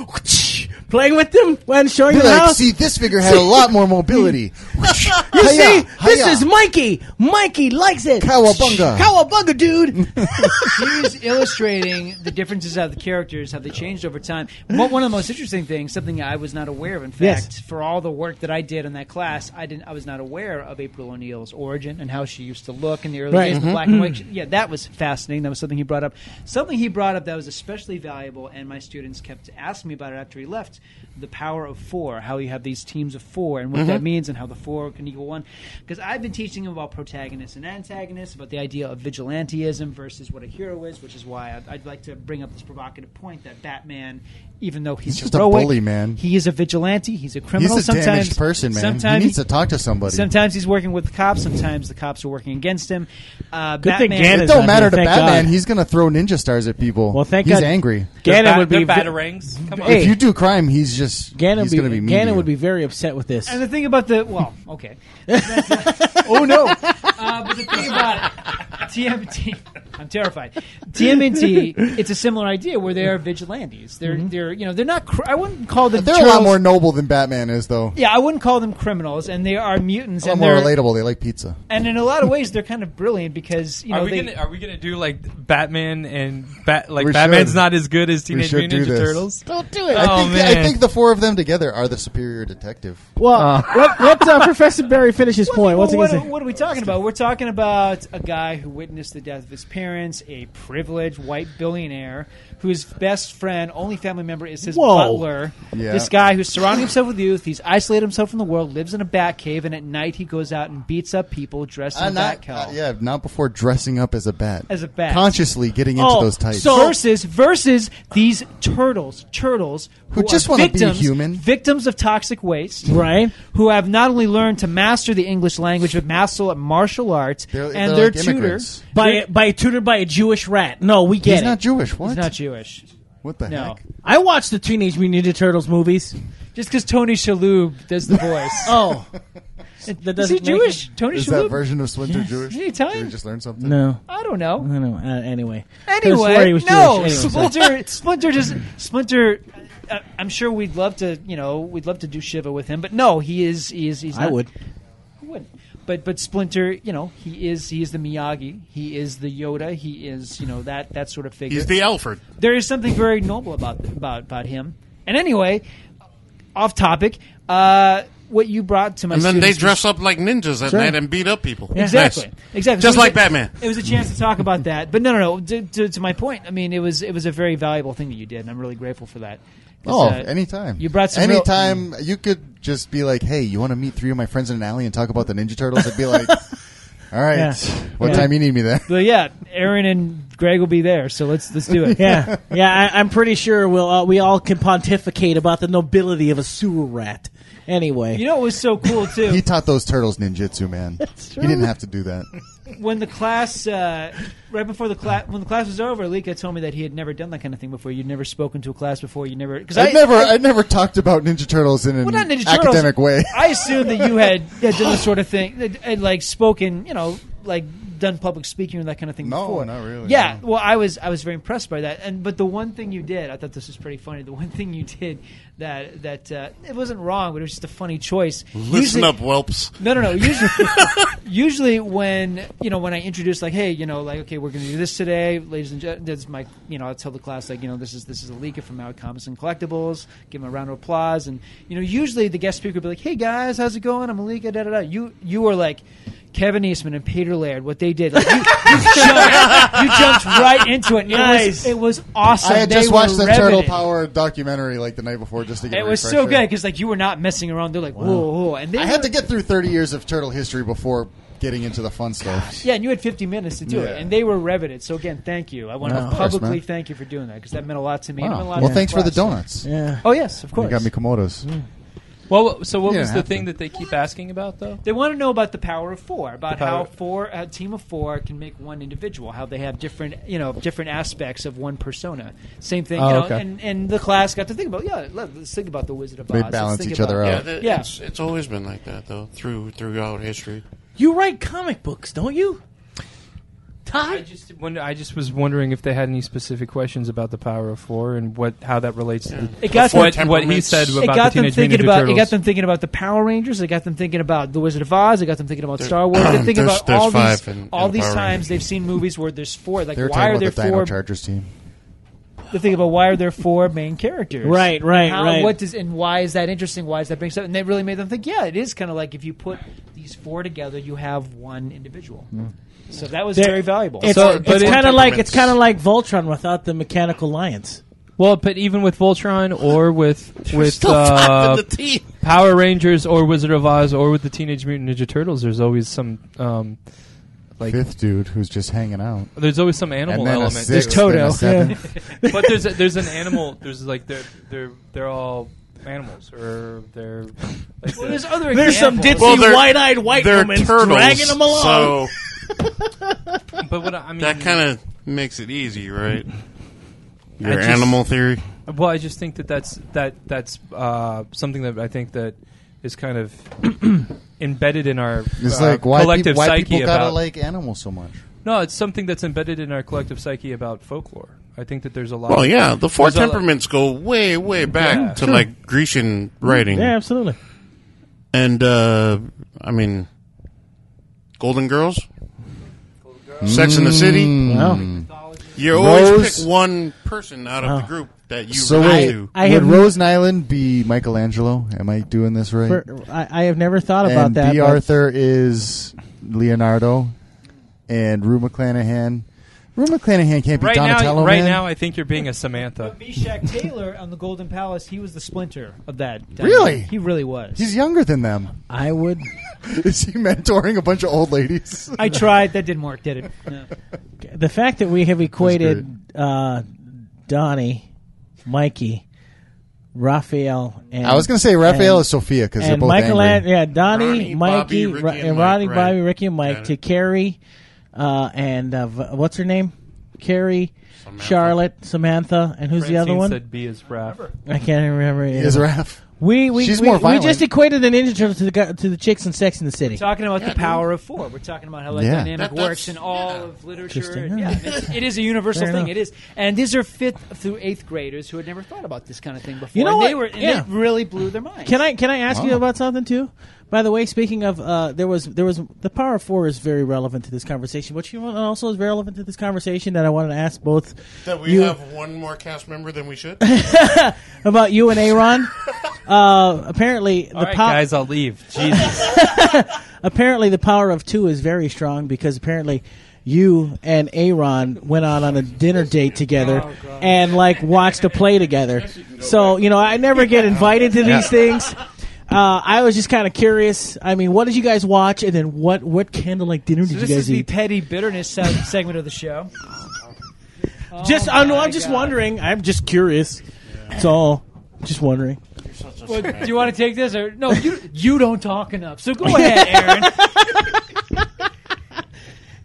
Speaker 1: Playing with them and showing
Speaker 6: You're
Speaker 1: them
Speaker 6: like,
Speaker 1: how.
Speaker 6: see, this figure had a lot more mobility.
Speaker 1: you
Speaker 6: Hiya,
Speaker 1: see, this
Speaker 6: hiya.
Speaker 1: is Mikey. Mikey likes it.
Speaker 6: Cowabunga.
Speaker 1: Cowabunga, dude.
Speaker 9: he was illustrating the differences of the characters, how they changed over time. One one of the most interesting things, something I was not aware of, in fact,
Speaker 1: Yes.
Speaker 9: for all the work that I did in that class, I didn't. I was not aware of April O'Neil's origin and how she used to look in the early
Speaker 1: Right.
Speaker 9: days, of
Speaker 6: mm-hmm.
Speaker 9: the black and white. Yeah, that was fascinating. That was something he brought up. Something he brought up that was especially valuable, and my students kept asking me about it after he left. The power of four, how you have these teams of four, and what
Speaker 6: Mm-hmm.
Speaker 9: that means, and how the four can equal one. Because I've been teaching them about protagonists and antagonists, about the idea of vigilanteism versus what a hero is, which is why I'd, I'd like to bring up this provocative point that Batman, even though he's,
Speaker 6: He's just a
Speaker 9: heroic,
Speaker 6: bully, man.
Speaker 9: he is a vigilante. He's a criminal.
Speaker 6: He's a
Speaker 9: sometimes,
Speaker 6: damaged person, man.
Speaker 9: Sometimes
Speaker 6: he needs to talk to somebody.
Speaker 9: Sometimes he's working with the cops. Sometimes the cops are working against him. Uh,
Speaker 1: Good thing
Speaker 9: Batman,
Speaker 1: Gannon-
Speaker 6: it don't
Speaker 1: Thank
Speaker 6: matter to
Speaker 1: God.
Speaker 6: Batman. He's gonna throw ninja stars at people.
Speaker 1: Well, thank
Speaker 6: he's
Speaker 1: God.
Speaker 6: angry.
Speaker 1: Gannon
Speaker 2: They're
Speaker 1: would be.
Speaker 2: they're batarangs. Come on.
Speaker 1: Hey.
Speaker 6: If you do crime, he's just
Speaker 1: Gannon,
Speaker 6: he's
Speaker 1: would
Speaker 6: gonna
Speaker 1: be,
Speaker 6: be mean to
Speaker 1: Gannon
Speaker 6: you.
Speaker 1: would be very upset with this.
Speaker 9: And the thing about the well, okay.
Speaker 6: Oh no!
Speaker 9: Uh, but the thing about it, TMT, I'm terrified. TMNT, it's a similar idea where they are vigilantes. They're
Speaker 2: Mm-hmm.
Speaker 9: they're you know they're not. Cr- I wouldn't call them.
Speaker 6: They're a lot
Speaker 9: turtles-
Speaker 6: more noble than Batman is, though.
Speaker 9: Yeah, I wouldn't call them criminals, and they are mutants,
Speaker 6: A lot
Speaker 9: and
Speaker 6: more
Speaker 9: they're
Speaker 6: relatable. They like pizza.
Speaker 9: and in a lot of ways they're kind of brilliant because you know
Speaker 2: are we
Speaker 9: they.
Speaker 2: gonna are we gonna do like Batman and Bat like
Speaker 6: We
Speaker 2: Batman's
Speaker 6: should.
Speaker 2: not as good as Teenage
Speaker 6: should
Speaker 2: Mutant
Speaker 6: do
Speaker 2: Ninja
Speaker 6: this.
Speaker 2: Turtles?
Speaker 1: Don't do it.
Speaker 6: I
Speaker 2: Oh,
Speaker 6: think the, I
Speaker 2: man.
Speaker 6: think the four of them together are the superior detective.
Speaker 1: well, let, let uh, Professor Barry finish his point. What's he
Speaker 9: Well,
Speaker 1: going to
Speaker 9: what,
Speaker 1: say?
Speaker 9: what are we talking about? We're talking about a guy who witnessed the death of his parents, a privileged white billionaire whose best friend, only family member, is his
Speaker 1: Whoa.
Speaker 9: butler.
Speaker 6: Yeah.
Speaker 9: This guy who's surrounding himself with youth. He's isolated himself from the world, lives in a bat cave, and at night he goes out and beats up people dressed in
Speaker 6: Uh,
Speaker 9: bat
Speaker 6: not,
Speaker 9: cowl.
Speaker 6: uh, yeah, not before dressing up as a bat.
Speaker 9: As a bat.
Speaker 6: Consciously getting into
Speaker 9: Oh,
Speaker 6: those types.
Speaker 1: so-
Speaker 9: versus versus these turtles, turtles
Speaker 6: Who just
Speaker 9: are
Speaker 6: wanna be
Speaker 9: victims-
Speaker 6: human.
Speaker 9: victims of toxic waste,
Speaker 1: Right?
Speaker 9: who have not only learned to master the English language but master martial arts
Speaker 6: They're-
Speaker 9: and
Speaker 6: they're
Speaker 9: their
Speaker 6: like
Speaker 9: tutor.
Speaker 6: immigrants.
Speaker 1: By, by tutored by a Jewish rat. No, we get
Speaker 6: he's
Speaker 1: it.
Speaker 6: not Jewish. What?
Speaker 9: He's not Jewish.
Speaker 6: what the
Speaker 9: No.
Speaker 6: heck?
Speaker 1: I watched the Teenage Mutant Ninja Turtles movies.
Speaker 9: Just because Tony Shalhoub does the voice.
Speaker 1: Oh. that
Speaker 9: Is he
Speaker 1: doesn't make
Speaker 9: Jewish?
Speaker 1: it-
Speaker 9: Tony
Speaker 6: Is
Speaker 9: Shalhoub?
Speaker 6: that version of Splinter Jewish?
Speaker 9: Hey, tell
Speaker 6: Did
Speaker 9: him.
Speaker 6: we just learn something?
Speaker 1: No.
Speaker 9: I don't know.
Speaker 1: I don't know. Uh, anyway. I swear he
Speaker 9: Anyway,
Speaker 1: was Jewish.
Speaker 9: no.
Speaker 1: Anyway, sorry.
Speaker 9: Splinter, Splinter just Splinter. Uh, I'm sure we'd love to, you know, we'd love to do Shiva with him, but no, he is, he is, he's.
Speaker 1: I
Speaker 9: not-
Speaker 1: would.
Speaker 9: He wouldn't. But but Splinter, you know, he is, he is the Miyagi, he is the Yoda, he is, you know, that that sort of figure.
Speaker 3: He's the Alfred.
Speaker 9: there is something very noble about about about him. And anyway, off topic. Uh, what you brought to my
Speaker 3: And then they
Speaker 9: students was-
Speaker 3: dress up like ninjas at
Speaker 9: Sure.
Speaker 3: night and beat up people.
Speaker 9: Exactly.
Speaker 3: Nice.
Speaker 9: Exactly.
Speaker 3: Just
Speaker 9: So it was
Speaker 3: like
Speaker 9: a-
Speaker 3: Batman.
Speaker 9: It was a chance to talk about that, but no, no, no. To, to, to my point, I mean, it was it was a very valuable thing that you did, and I'm really grateful for that. 'Cause,
Speaker 6: Oh,
Speaker 9: uh,
Speaker 6: anytime.
Speaker 9: You brought some real-
Speaker 6: anytime you could just be like, "Hey, you want to meet three of my friends in an alley and talk about the Ninja Turtles?" I'd be like, "All right,
Speaker 9: Yeah.
Speaker 6: what
Speaker 9: Yeah.
Speaker 6: time you need me there?"
Speaker 9: Well, yeah, Aaron and Greg will be there, so let's let's do it.
Speaker 1: Yeah, yeah. I, I'm pretty sure we'll uh, we all can pontificate about the nobility of a sewer rat. Anyway,
Speaker 9: You know what was so cool too?
Speaker 6: He taught those turtles ninjutsu, man. He didn't have to do that.
Speaker 9: when the class uh, right before the class when the class was over, Lika told me that he had never done that kind of thing before. You'd never spoken to a class before. You never because
Speaker 6: I, never, I, never talked about Ninja Turtles in an
Speaker 9: well, not Ninja Turtles.
Speaker 6: academic way.
Speaker 9: I assumed that you had, had done this sort of thing, had, had, like spoken, you know, like done public speaking or that kind of thing
Speaker 6: No,
Speaker 9: before.
Speaker 6: not really,
Speaker 9: Yeah,
Speaker 6: no.
Speaker 9: well, I was I was very impressed by that. And but the one thing you did, I thought this was pretty funny. The one thing you did that that uh, it wasn't wrong, but it was just a funny choice.
Speaker 3: Listen
Speaker 9: Usually-
Speaker 3: up, whelps.
Speaker 9: no, no, no. Usually, usually when you know when I introduce like, hey, you know, like okay, we're going to do this today, ladies and gentlemen. That's my, you know, I tell the class like, you know, this is this is Alika from Out Comics and Collectibles. Give them a round of applause, and you know, usually the guest speaker will be like, hey guys, how's it going? I'm Alika. Da da da. You you are like. Kevin Eastman and Peter Laird, what they did, like you, you, jumped, you jumped right into it.
Speaker 1: Nice.
Speaker 9: It was, it was awesome.
Speaker 6: I had
Speaker 9: They
Speaker 6: just
Speaker 9: were
Speaker 6: watched the Turtle
Speaker 9: riveted.
Speaker 6: Power documentary like the night before just to get.
Speaker 9: It
Speaker 6: a
Speaker 9: was so
Speaker 6: refresher.
Speaker 9: good because like you were not messing around. They're like, whoa, whoa, and they
Speaker 6: I had
Speaker 9: were-
Speaker 6: to get through 30 years of turtle history before getting into the fun stuff.
Speaker 9: Yeah, and you had 50 minutes to do
Speaker 6: Yeah.
Speaker 9: it, and they were riveted. So again, thank you. I want
Speaker 6: Of
Speaker 9: to
Speaker 6: course,
Speaker 9: publicly
Speaker 6: man.
Speaker 9: thank you for doing that because that meant a lot to me. and it meant a
Speaker 6: Wow.
Speaker 9: lot
Speaker 6: Well,
Speaker 9: to
Speaker 6: thanks for the
Speaker 9: class.
Speaker 6: donuts.
Speaker 1: yeah.
Speaker 9: Oh yes, of
Speaker 6: You
Speaker 9: course.
Speaker 6: got me Komodos.
Speaker 2: Well, so what
Speaker 6: Yeah,
Speaker 2: was the
Speaker 6: have
Speaker 2: thing
Speaker 6: to.
Speaker 2: that they keep asking about though?
Speaker 9: They want to know about the power of four, about
Speaker 2: The power-
Speaker 9: how four a team of four can make one individual, how they have different you know different aspects of one persona. Same thing,
Speaker 2: Oh,
Speaker 9: you know,
Speaker 2: okay.
Speaker 9: and, and the class got to think about yeah, let- let's think about the Wizard of
Speaker 6: They
Speaker 9: Oz.
Speaker 6: balance
Speaker 9: let's think
Speaker 6: each other
Speaker 9: about-
Speaker 6: out.
Speaker 3: Yeah, th-
Speaker 9: Yeah.
Speaker 3: It's, it's always been like that though, through throughout history.
Speaker 1: You write comic books, don't you?
Speaker 2: I
Speaker 1: Ty?
Speaker 2: just wonder, I just was wondering if they had any specific questions about the Power of Four and what how that relates to the,
Speaker 9: It got
Speaker 2: what,
Speaker 3: them-
Speaker 2: what he said about
Speaker 9: It got
Speaker 2: the
Speaker 9: them
Speaker 2: Teenage Mutant
Speaker 9: thinking
Speaker 2: Ninja
Speaker 9: about.
Speaker 2: Turtles.
Speaker 9: It got them thinking about the Power Rangers. It got them thinking about the Wizard of Oz. It got them thinking about Star Wars. They're thinking
Speaker 3: there's-
Speaker 9: about all
Speaker 3: there's
Speaker 9: these
Speaker 3: five in-
Speaker 9: all
Speaker 3: in
Speaker 9: these
Speaker 3: Power
Speaker 9: times
Speaker 3: Rangers.
Speaker 9: they've seen movies where there's four. Like
Speaker 6: They were
Speaker 9: why
Speaker 6: talking
Speaker 9: are there
Speaker 6: about the Dino
Speaker 9: four?
Speaker 6: Chargers team.
Speaker 9: They're thinking about why are there four main characters?
Speaker 1: Right, right,
Speaker 9: How,
Speaker 1: right.
Speaker 9: What does and why is that interesting? Why is that brings up? And that really made them think. Yeah, it is kind of like if you put these four together, you have one individual. So that was
Speaker 1: They're-
Speaker 9: very valuable.
Speaker 1: It's,
Speaker 2: So, but it-
Speaker 1: kind of like it's kind of like Voltron without the mechanical lions.
Speaker 2: well, but even with Voltron or with with
Speaker 3: Still
Speaker 2: uh,
Speaker 3: top of the team.
Speaker 2: Power Rangers or Wizard of Oz or with the Teenage Mutant Ninja Turtles, there's always some um, like
Speaker 6: Fifth dude who's just hanging out.
Speaker 2: there's always some animal
Speaker 6: And then a
Speaker 2: element.
Speaker 6: sixth, then a seventh.
Speaker 2: but there's a, there's an animal. There's like they're they're they're all animals or they're like
Speaker 9: well,
Speaker 2: the-
Speaker 9: there's other
Speaker 1: There's some ditzy,
Speaker 9: examples.
Speaker 3: Well, they're-
Speaker 1: wide-eyed white
Speaker 3: They're
Speaker 1: woman
Speaker 3: turtles,
Speaker 1: dragging them along.
Speaker 3: so
Speaker 2: but what I I mean
Speaker 3: that kind of makes it easy, right? Your
Speaker 2: just-
Speaker 3: animal theory.
Speaker 2: Well, I just think that that's that that's uh, something that I think that is kind of embedded in our
Speaker 6: It's
Speaker 2: uh,
Speaker 6: like why,
Speaker 2: collective
Speaker 6: peop- why
Speaker 2: psyche
Speaker 6: people
Speaker 2: about
Speaker 6: gotta like animals so much.
Speaker 2: no, it's something that's embedded in our collective psyche about folklore. I think that there's a lot.
Speaker 3: Well, yeah, the four
Speaker 2: There's
Speaker 1: uh,
Speaker 2: a lot-
Speaker 3: temperaments go way, way back to like Grecian writing,
Speaker 1: Yeah, absolutely.
Speaker 3: and uh, I mean, Golden Girls, Sex in the City.
Speaker 1: Mm.
Speaker 3: You always
Speaker 6: Rose.
Speaker 3: pick one person out of the group that you
Speaker 6: So
Speaker 3: relate
Speaker 6: wait,
Speaker 3: to.
Speaker 1: I
Speaker 6: would
Speaker 1: have-
Speaker 6: Rose Nyland be Michelangelo? Am I doing this right?
Speaker 1: For- I, I have never thought about
Speaker 6: and
Speaker 1: that.
Speaker 6: B.
Speaker 1: but-
Speaker 6: Arthur is Leonardo, and Rue McClanahan. Rue McClanahan can't be
Speaker 2: right
Speaker 6: Donatello.
Speaker 2: now, right
Speaker 6: man.
Speaker 2: now, I think you're being a Samantha.
Speaker 9: Meshach Taylor on the Golden Palace, he was the splinter of that.
Speaker 6: Really?
Speaker 9: He really was.
Speaker 6: he's younger than them.
Speaker 1: I would.
Speaker 6: Is he mentoring a bunch of old ladies?
Speaker 9: I tried. That didn't work, did it? No.
Speaker 1: The fact that we have equated uh, Donnie, Mikey, Raphael, and
Speaker 6: I was going to say Raphael
Speaker 1: and-
Speaker 6: is Sophia because they're
Speaker 1: and
Speaker 6: both
Speaker 1: Michael
Speaker 6: angry.
Speaker 1: yeah, Donnie,
Speaker 3: Ronnie,
Speaker 1: Mikey,
Speaker 3: Bobby, Ricky,
Speaker 1: Ra-
Speaker 3: and
Speaker 1: and
Speaker 3: Mike,
Speaker 1: Ronnie,
Speaker 3: right.
Speaker 1: Bobby, Ricky, and Mike
Speaker 3: Got
Speaker 1: to
Speaker 3: it.
Speaker 1: Carrie, uh, and uh, v- what's her name? Carrie, Charlotte, Samantha, and who's the other
Speaker 2: Francine
Speaker 1: one?
Speaker 2: said B is Raph.
Speaker 1: I can't even remember. it
Speaker 6: is Raph.
Speaker 1: We we
Speaker 6: She's
Speaker 1: we,
Speaker 6: more
Speaker 1: we just
Speaker 6: violent.
Speaker 1: equated the Ninja Turtles to the gu- to the chicks in Sex in the City.
Speaker 9: We're talking about the power of four. We're talking about how that
Speaker 6: Yeah.
Speaker 9: dynamic
Speaker 3: That- that's-
Speaker 9: works in all
Speaker 3: yeah.
Speaker 9: of literature.
Speaker 1: Interesting,
Speaker 9: and-
Speaker 1: yeah.
Speaker 9: Yeah, it's, it is a universal
Speaker 1: Fair
Speaker 9: thing.
Speaker 1: enough.
Speaker 9: It is, and these are fifth through eighth graders who had never thought about this kind of thing before.
Speaker 1: You know
Speaker 9: and They
Speaker 1: what?
Speaker 9: were, and
Speaker 1: Yeah.
Speaker 9: it really blew their minds.
Speaker 1: Can I can I ask you
Speaker 6: Wow.
Speaker 1: about something too? By the way, speaking of uh, there was there was the Power of Four is very relevant to this conversation, which you know, also is relevant to this conversation that I wanted to ask both
Speaker 3: That we
Speaker 1: you-
Speaker 3: have one more cast member than we should.
Speaker 1: about you and Aaron. Uh, apparently, the
Speaker 2: All right,
Speaker 1: pow-
Speaker 2: guys, I'll leave. Jesus.
Speaker 1: apparently the power of two is very strong because apparently you and Aaron went out on a dinner date together
Speaker 9: Oh,
Speaker 1: and like watched a play together. So you know, I never get invited to these things. Uh, I was just kind of curious. I mean, what did you guys watch, and then what what candlelight dinner
Speaker 9: So
Speaker 1: did
Speaker 9: this
Speaker 1: you
Speaker 9: is
Speaker 1: guys
Speaker 9: the
Speaker 1: eat?
Speaker 9: petty bitterness se- segment of the show.
Speaker 1: just
Speaker 9: Oh
Speaker 1: I know
Speaker 9: my
Speaker 1: I'm just
Speaker 9: God.
Speaker 1: wondering. I'm just curious. It's all just wondering.
Speaker 9: Well, do you want to take this or no? You you don't talk enough. So go ahead, Aaron.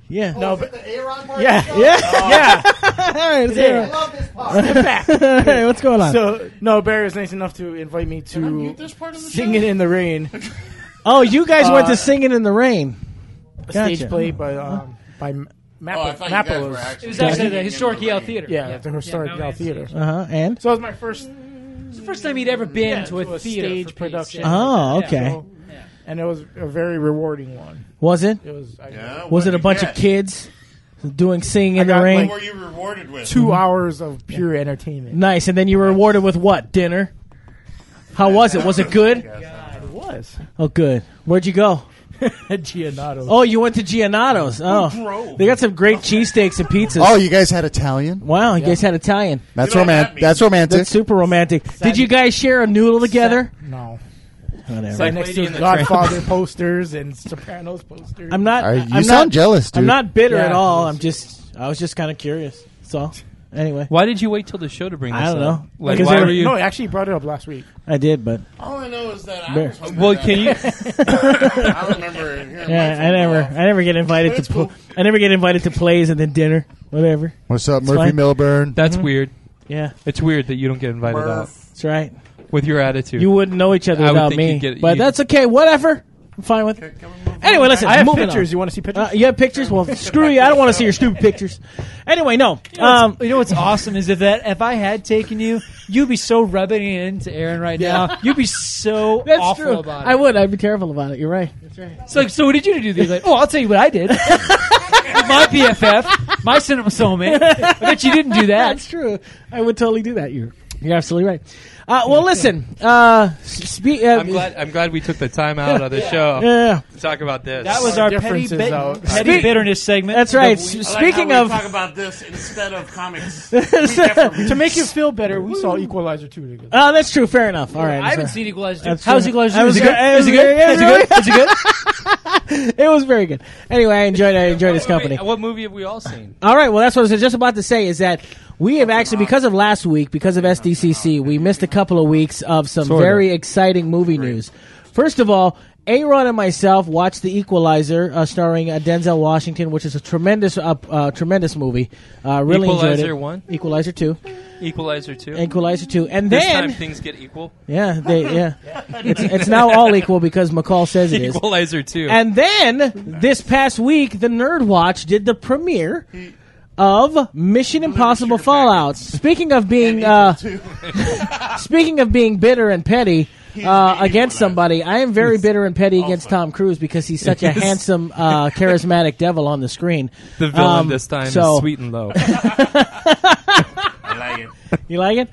Speaker 1: Yeah.
Speaker 6: No, but Oh, the Aaron part.
Speaker 1: Yeah. Yeah.
Speaker 9: yeah.
Speaker 1: all right. Let's
Speaker 6: I
Speaker 1: hear
Speaker 6: love this part.
Speaker 1: it. all right. What's going on?
Speaker 4: So no, Barry was nice enough to invite me
Speaker 3: I
Speaker 4: to
Speaker 3: mute this part of the
Speaker 4: sing it
Speaker 3: show?
Speaker 4: in the rain
Speaker 1: oh, you guys went to
Speaker 4: Uh,
Speaker 1: singing in the rain.
Speaker 4: a
Speaker 1: Gotcha.
Speaker 4: stage play by um, by M-
Speaker 3: Oh, I thought you guys were actually
Speaker 4: Maplos.
Speaker 9: It was actually
Speaker 3: singing
Speaker 9: the
Speaker 3: in
Speaker 9: historic Yale
Speaker 3: rain.
Speaker 9: Theater.
Speaker 4: Yeah, the historic
Speaker 9: Mount
Speaker 4: Yale
Speaker 9: Airy
Speaker 4: Theater.
Speaker 9: Stage.
Speaker 1: Uh
Speaker 6: Uh-huh,
Speaker 1: huh. And
Speaker 4: So it was my first,
Speaker 9: It's the first time he'd ever been
Speaker 4: Yeah,
Speaker 9: to a
Speaker 4: to a
Speaker 9: theater
Speaker 4: stage
Speaker 9: for Pete's
Speaker 4: production.
Speaker 9: sake.
Speaker 1: Oh,
Speaker 9: Yeah.
Speaker 1: okay.
Speaker 4: so- and it was a very rewarding one.
Speaker 1: Was it?
Speaker 4: It was I,
Speaker 3: Yeah,
Speaker 1: Was
Speaker 3: what'd
Speaker 1: it a
Speaker 3: you
Speaker 1: bunch
Speaker 3: get?
Speaker 1: of kids doing singing in the
Speaker 4: got,
Speaker 1: rain?
Speaker 4: like,
Speaker 3: What were you rewarded with?
Speaker 4: two hours of pure entertainment.
Speaker 1: nice. And then you were rewarded with what? Dinner. How was it? Was it good?
Speaker 4: It was
Speaker 1: Oh, good. Where'd you go?
Speaker 4: Giannato.
Speaker 1: Oh, you went to Giannato's. Oh,
Speaker 3: drove?
Speaker 1: they got some great cheesesteaks and pizzas.
Speaker 6: Oh, you guys had Italian.
Speaker 1: wow, you guys had Italian.
Speaker 6: That's
Speaker 3: You know what
Speaker 6: romantic.
Speaker 3: that means.
Speaker 6: that's romantic.
Speaker 1: That's super romantic. Did you guys share a noodle together?
Speaker 4: No,
Speaker 1: Whatever.
Speaker 2: Like
Speaker 4: next
Speaker 2: Lady
Speaker 4: to
Speaker 2: in the
Speaker 4: Godfather posters and Sopranos posters.
Speaker 1: I'm not.
Speaker 6: Are- you
Speaker 1: I'm
Speaker 6: sound
Speaker 1: not,
Speaker 6: jealous, dude.
Speaker 1: I'm not bitter
Speaker 4: Yeah.
Speaker 1: at all. I'm just. I was just kind of curious. That's all. Anyway,
Speaker 2: Why did you wait till the show to bring this
Speaker 1: I don't
Speaker 2: up?
Speaker 1: know.
Speaker 2: Like,
Speaker 1: Because
Speaker 2: why
Speaker 1: they
Speaker 2: were
Speaker 1: were-
Speaker 2: you?
Speaker 4: No, I actually brought it up last week.
Speaker 1: I did, but
Speaker 3: All I know is that I
Speaker 1: Bear.
Speaker 3: was hungry.
Speaker 2: well,
Speaker 3: that
Speaker 2: can you?
Speaker 3: night. I remember hearing
Speaker 1: yeah, I never. I never get invited to.
Speaker 3: That's
Speaker 1: Pl-
Speaker 3: cool.
Speaker 1: I never get invited to plays and then dinner. Whatever.
Speaker 6: What's up,
Speaker 1: fine.
Speaker 6: Murphy Milburn?
Speaker 2: That's weird.
Speaker 1: Yeah,
Speaker 2: It's weird that you don't get invited out
Speaker 1: that's right.
Speaker 2: with your attitude.
Speaker 1: You wouldn't know each other
Speaker 2: I would
Speaker 1: without
Speaker 2: think
Speaker 1: me,
Speaker 2: you'd get-
Speaker 1: but
Speaker 2: you'd-
Speaker 1: that's okay. Whatever. I'm fine with. it. Anyway, listen.
Speaker 4: I have
Speaker 1: moving
Speaker 4: pictures.
Speaker 1: On.
Speaker 4: You want to see pictures?
Speaker 1: Uh, you have pictures? Well, screw you. I don't want to see your stupid pictures. Anyway, no. Um,
Speaker 9: you know what's awesome is if that if I had taken you, you'd be so rubbing it into Aaron right
Speaker 1: Yeah.
Speaker 9: now. You'd be so
Speaker 1: that's
Speaker 9: awful
Speaker 1: true.
Speaker 9: about it.
Speaker 1: I would. I'd be careful about it. You're right.
Speaker 9: It's like, so what did you do? They're like, oh, I'll tell you what I did. my BFF, my cinema soulmate. I bet you didn't do
Speaker 1: That's
Speaker 9: that.
Speaker 1: true. I would totally do that. You're you're absolutely right. Uh, well, listen. Uh, spe- uh,
Speaker 2: I'm glad. I'm glad we took the time out of the show
Speaker 1: Yeah,
Speaker 2: to talk about this.
Speaker 9: That was
Speaker 4: Our
Speaker 9: our petty,
Speaker 4: differences
Speaker 9: bit-
Speaker 4: out.
Speaker 9: petty
Speaker 1: Speak-
Speaker 9: bitterness segment.
Speaker 1: that's
Speaker 9: of
Speaker 1: right.
Speaker 9: the
Speaker 1: S-
Speaker 9: week.
Speaker 3: I like
Speaker 1: Speaking
Speaker 3: how
Speaker 1: of,
Speaker 3: we talk about this instead of comics. We definitely-
Speaker 4: to make you feel better, we saw Equalizer two together.
Speaker 1: oh, that's true. Fair enough. All right.
Speaker 9: I haven't
Speaker 1: Sorry.
Speaker 9: seen Equalizer.
Speaker 1: That's
Speaker 9: two. How's
Speaker 1: true.
Speaker 9: Equalizer?
Speaker 1: I
Speaker 9: two?
Speaker 1: was
Speaker 9: Is it
Speaker 1: gonna-
Speaker 9: good?
Speaker 1: I
Speaker 9: Is it
Speaker 1: was
Speaker 9: good?
Speaker 1: gonna-
Speaker 9: Is it good? Is it good?
Speaker 1: It was very good. Anyway, I enjoyed. I enjoyed his
Speaker 2: Wait,
Speaker 1: company.
Speaker 2: What movie have we all seen?
Speaker 1: All right. Well, that's what I was just about to say. Is that we have actually, because of last week, because of SDCC, we missed a couple of weeks of some
Speaker 2: Sorta.
Speaker 1: very exciting movie news. First of all. Aaron and myself watched The Equalizer, uh, starring uh, Denzel Washington, which is a tremendous, uh, uh, tremendous movie. Uh, really enjoyed
Speaker 2: Equalizer
Speaker 1: it.
Speaker 2: one,
Speaker 1: Equalizer two,
Speaker 2: Equalizer two.
Speaker 1: Equalizer two, and
Speaker 2: this
Speaker 1: then
Speaker 2: time things get equal.
Speaker 1: yeah, they, yeah, it's, it's now all equal because McCall says it is.
Speaker 2: Equalizer two.
Speaker 1: And then this past week, the Nerd Watch did the premiere of Mission Impossible Fallout. Speaking of being uh, speaking of being bitter and petty. Uh,
Speaker 3: the
Speaker 1: against
Speaker 3: equalizer.
Speaker 1: somebody, I am very bitter and petty against
Speaker 3: Also.
Speaker 1: Tom Cruise because he's such a
Speaker 2: Yes.
Speaker 1: handsome, uh, charismatic devil on the screen.
Speaker 2: the villain
Speaker 1: um,
Speaker 2: this time
Speaker 1: so-
Speaker 2: is sweet and low.
Speaker 3: I like it.
Speaker 1: You like it?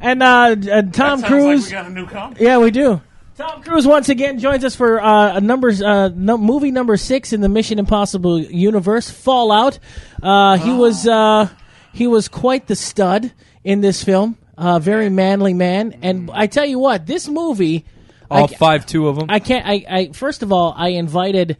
Speaker 1: And uh, d- uh, Tom
Speaker 3: Sounds like
Speaker 1: Cruise,
Speaker 3: we got a new comic.
Speaker 1: yeah, we do. Tom Cruise once again joins us for uh, a numbers uh, num- movie number six in the Mission Impossible universe, Fallout. Uh, he was uh, he was quite the stud in this film. Uh, very manly man, and I tell you what, this movie.
Speaker 2: all
Speaker 1: I,
Speaker 2: five, two of them.
Speaker 1: I can't. I, I first of all, I invited.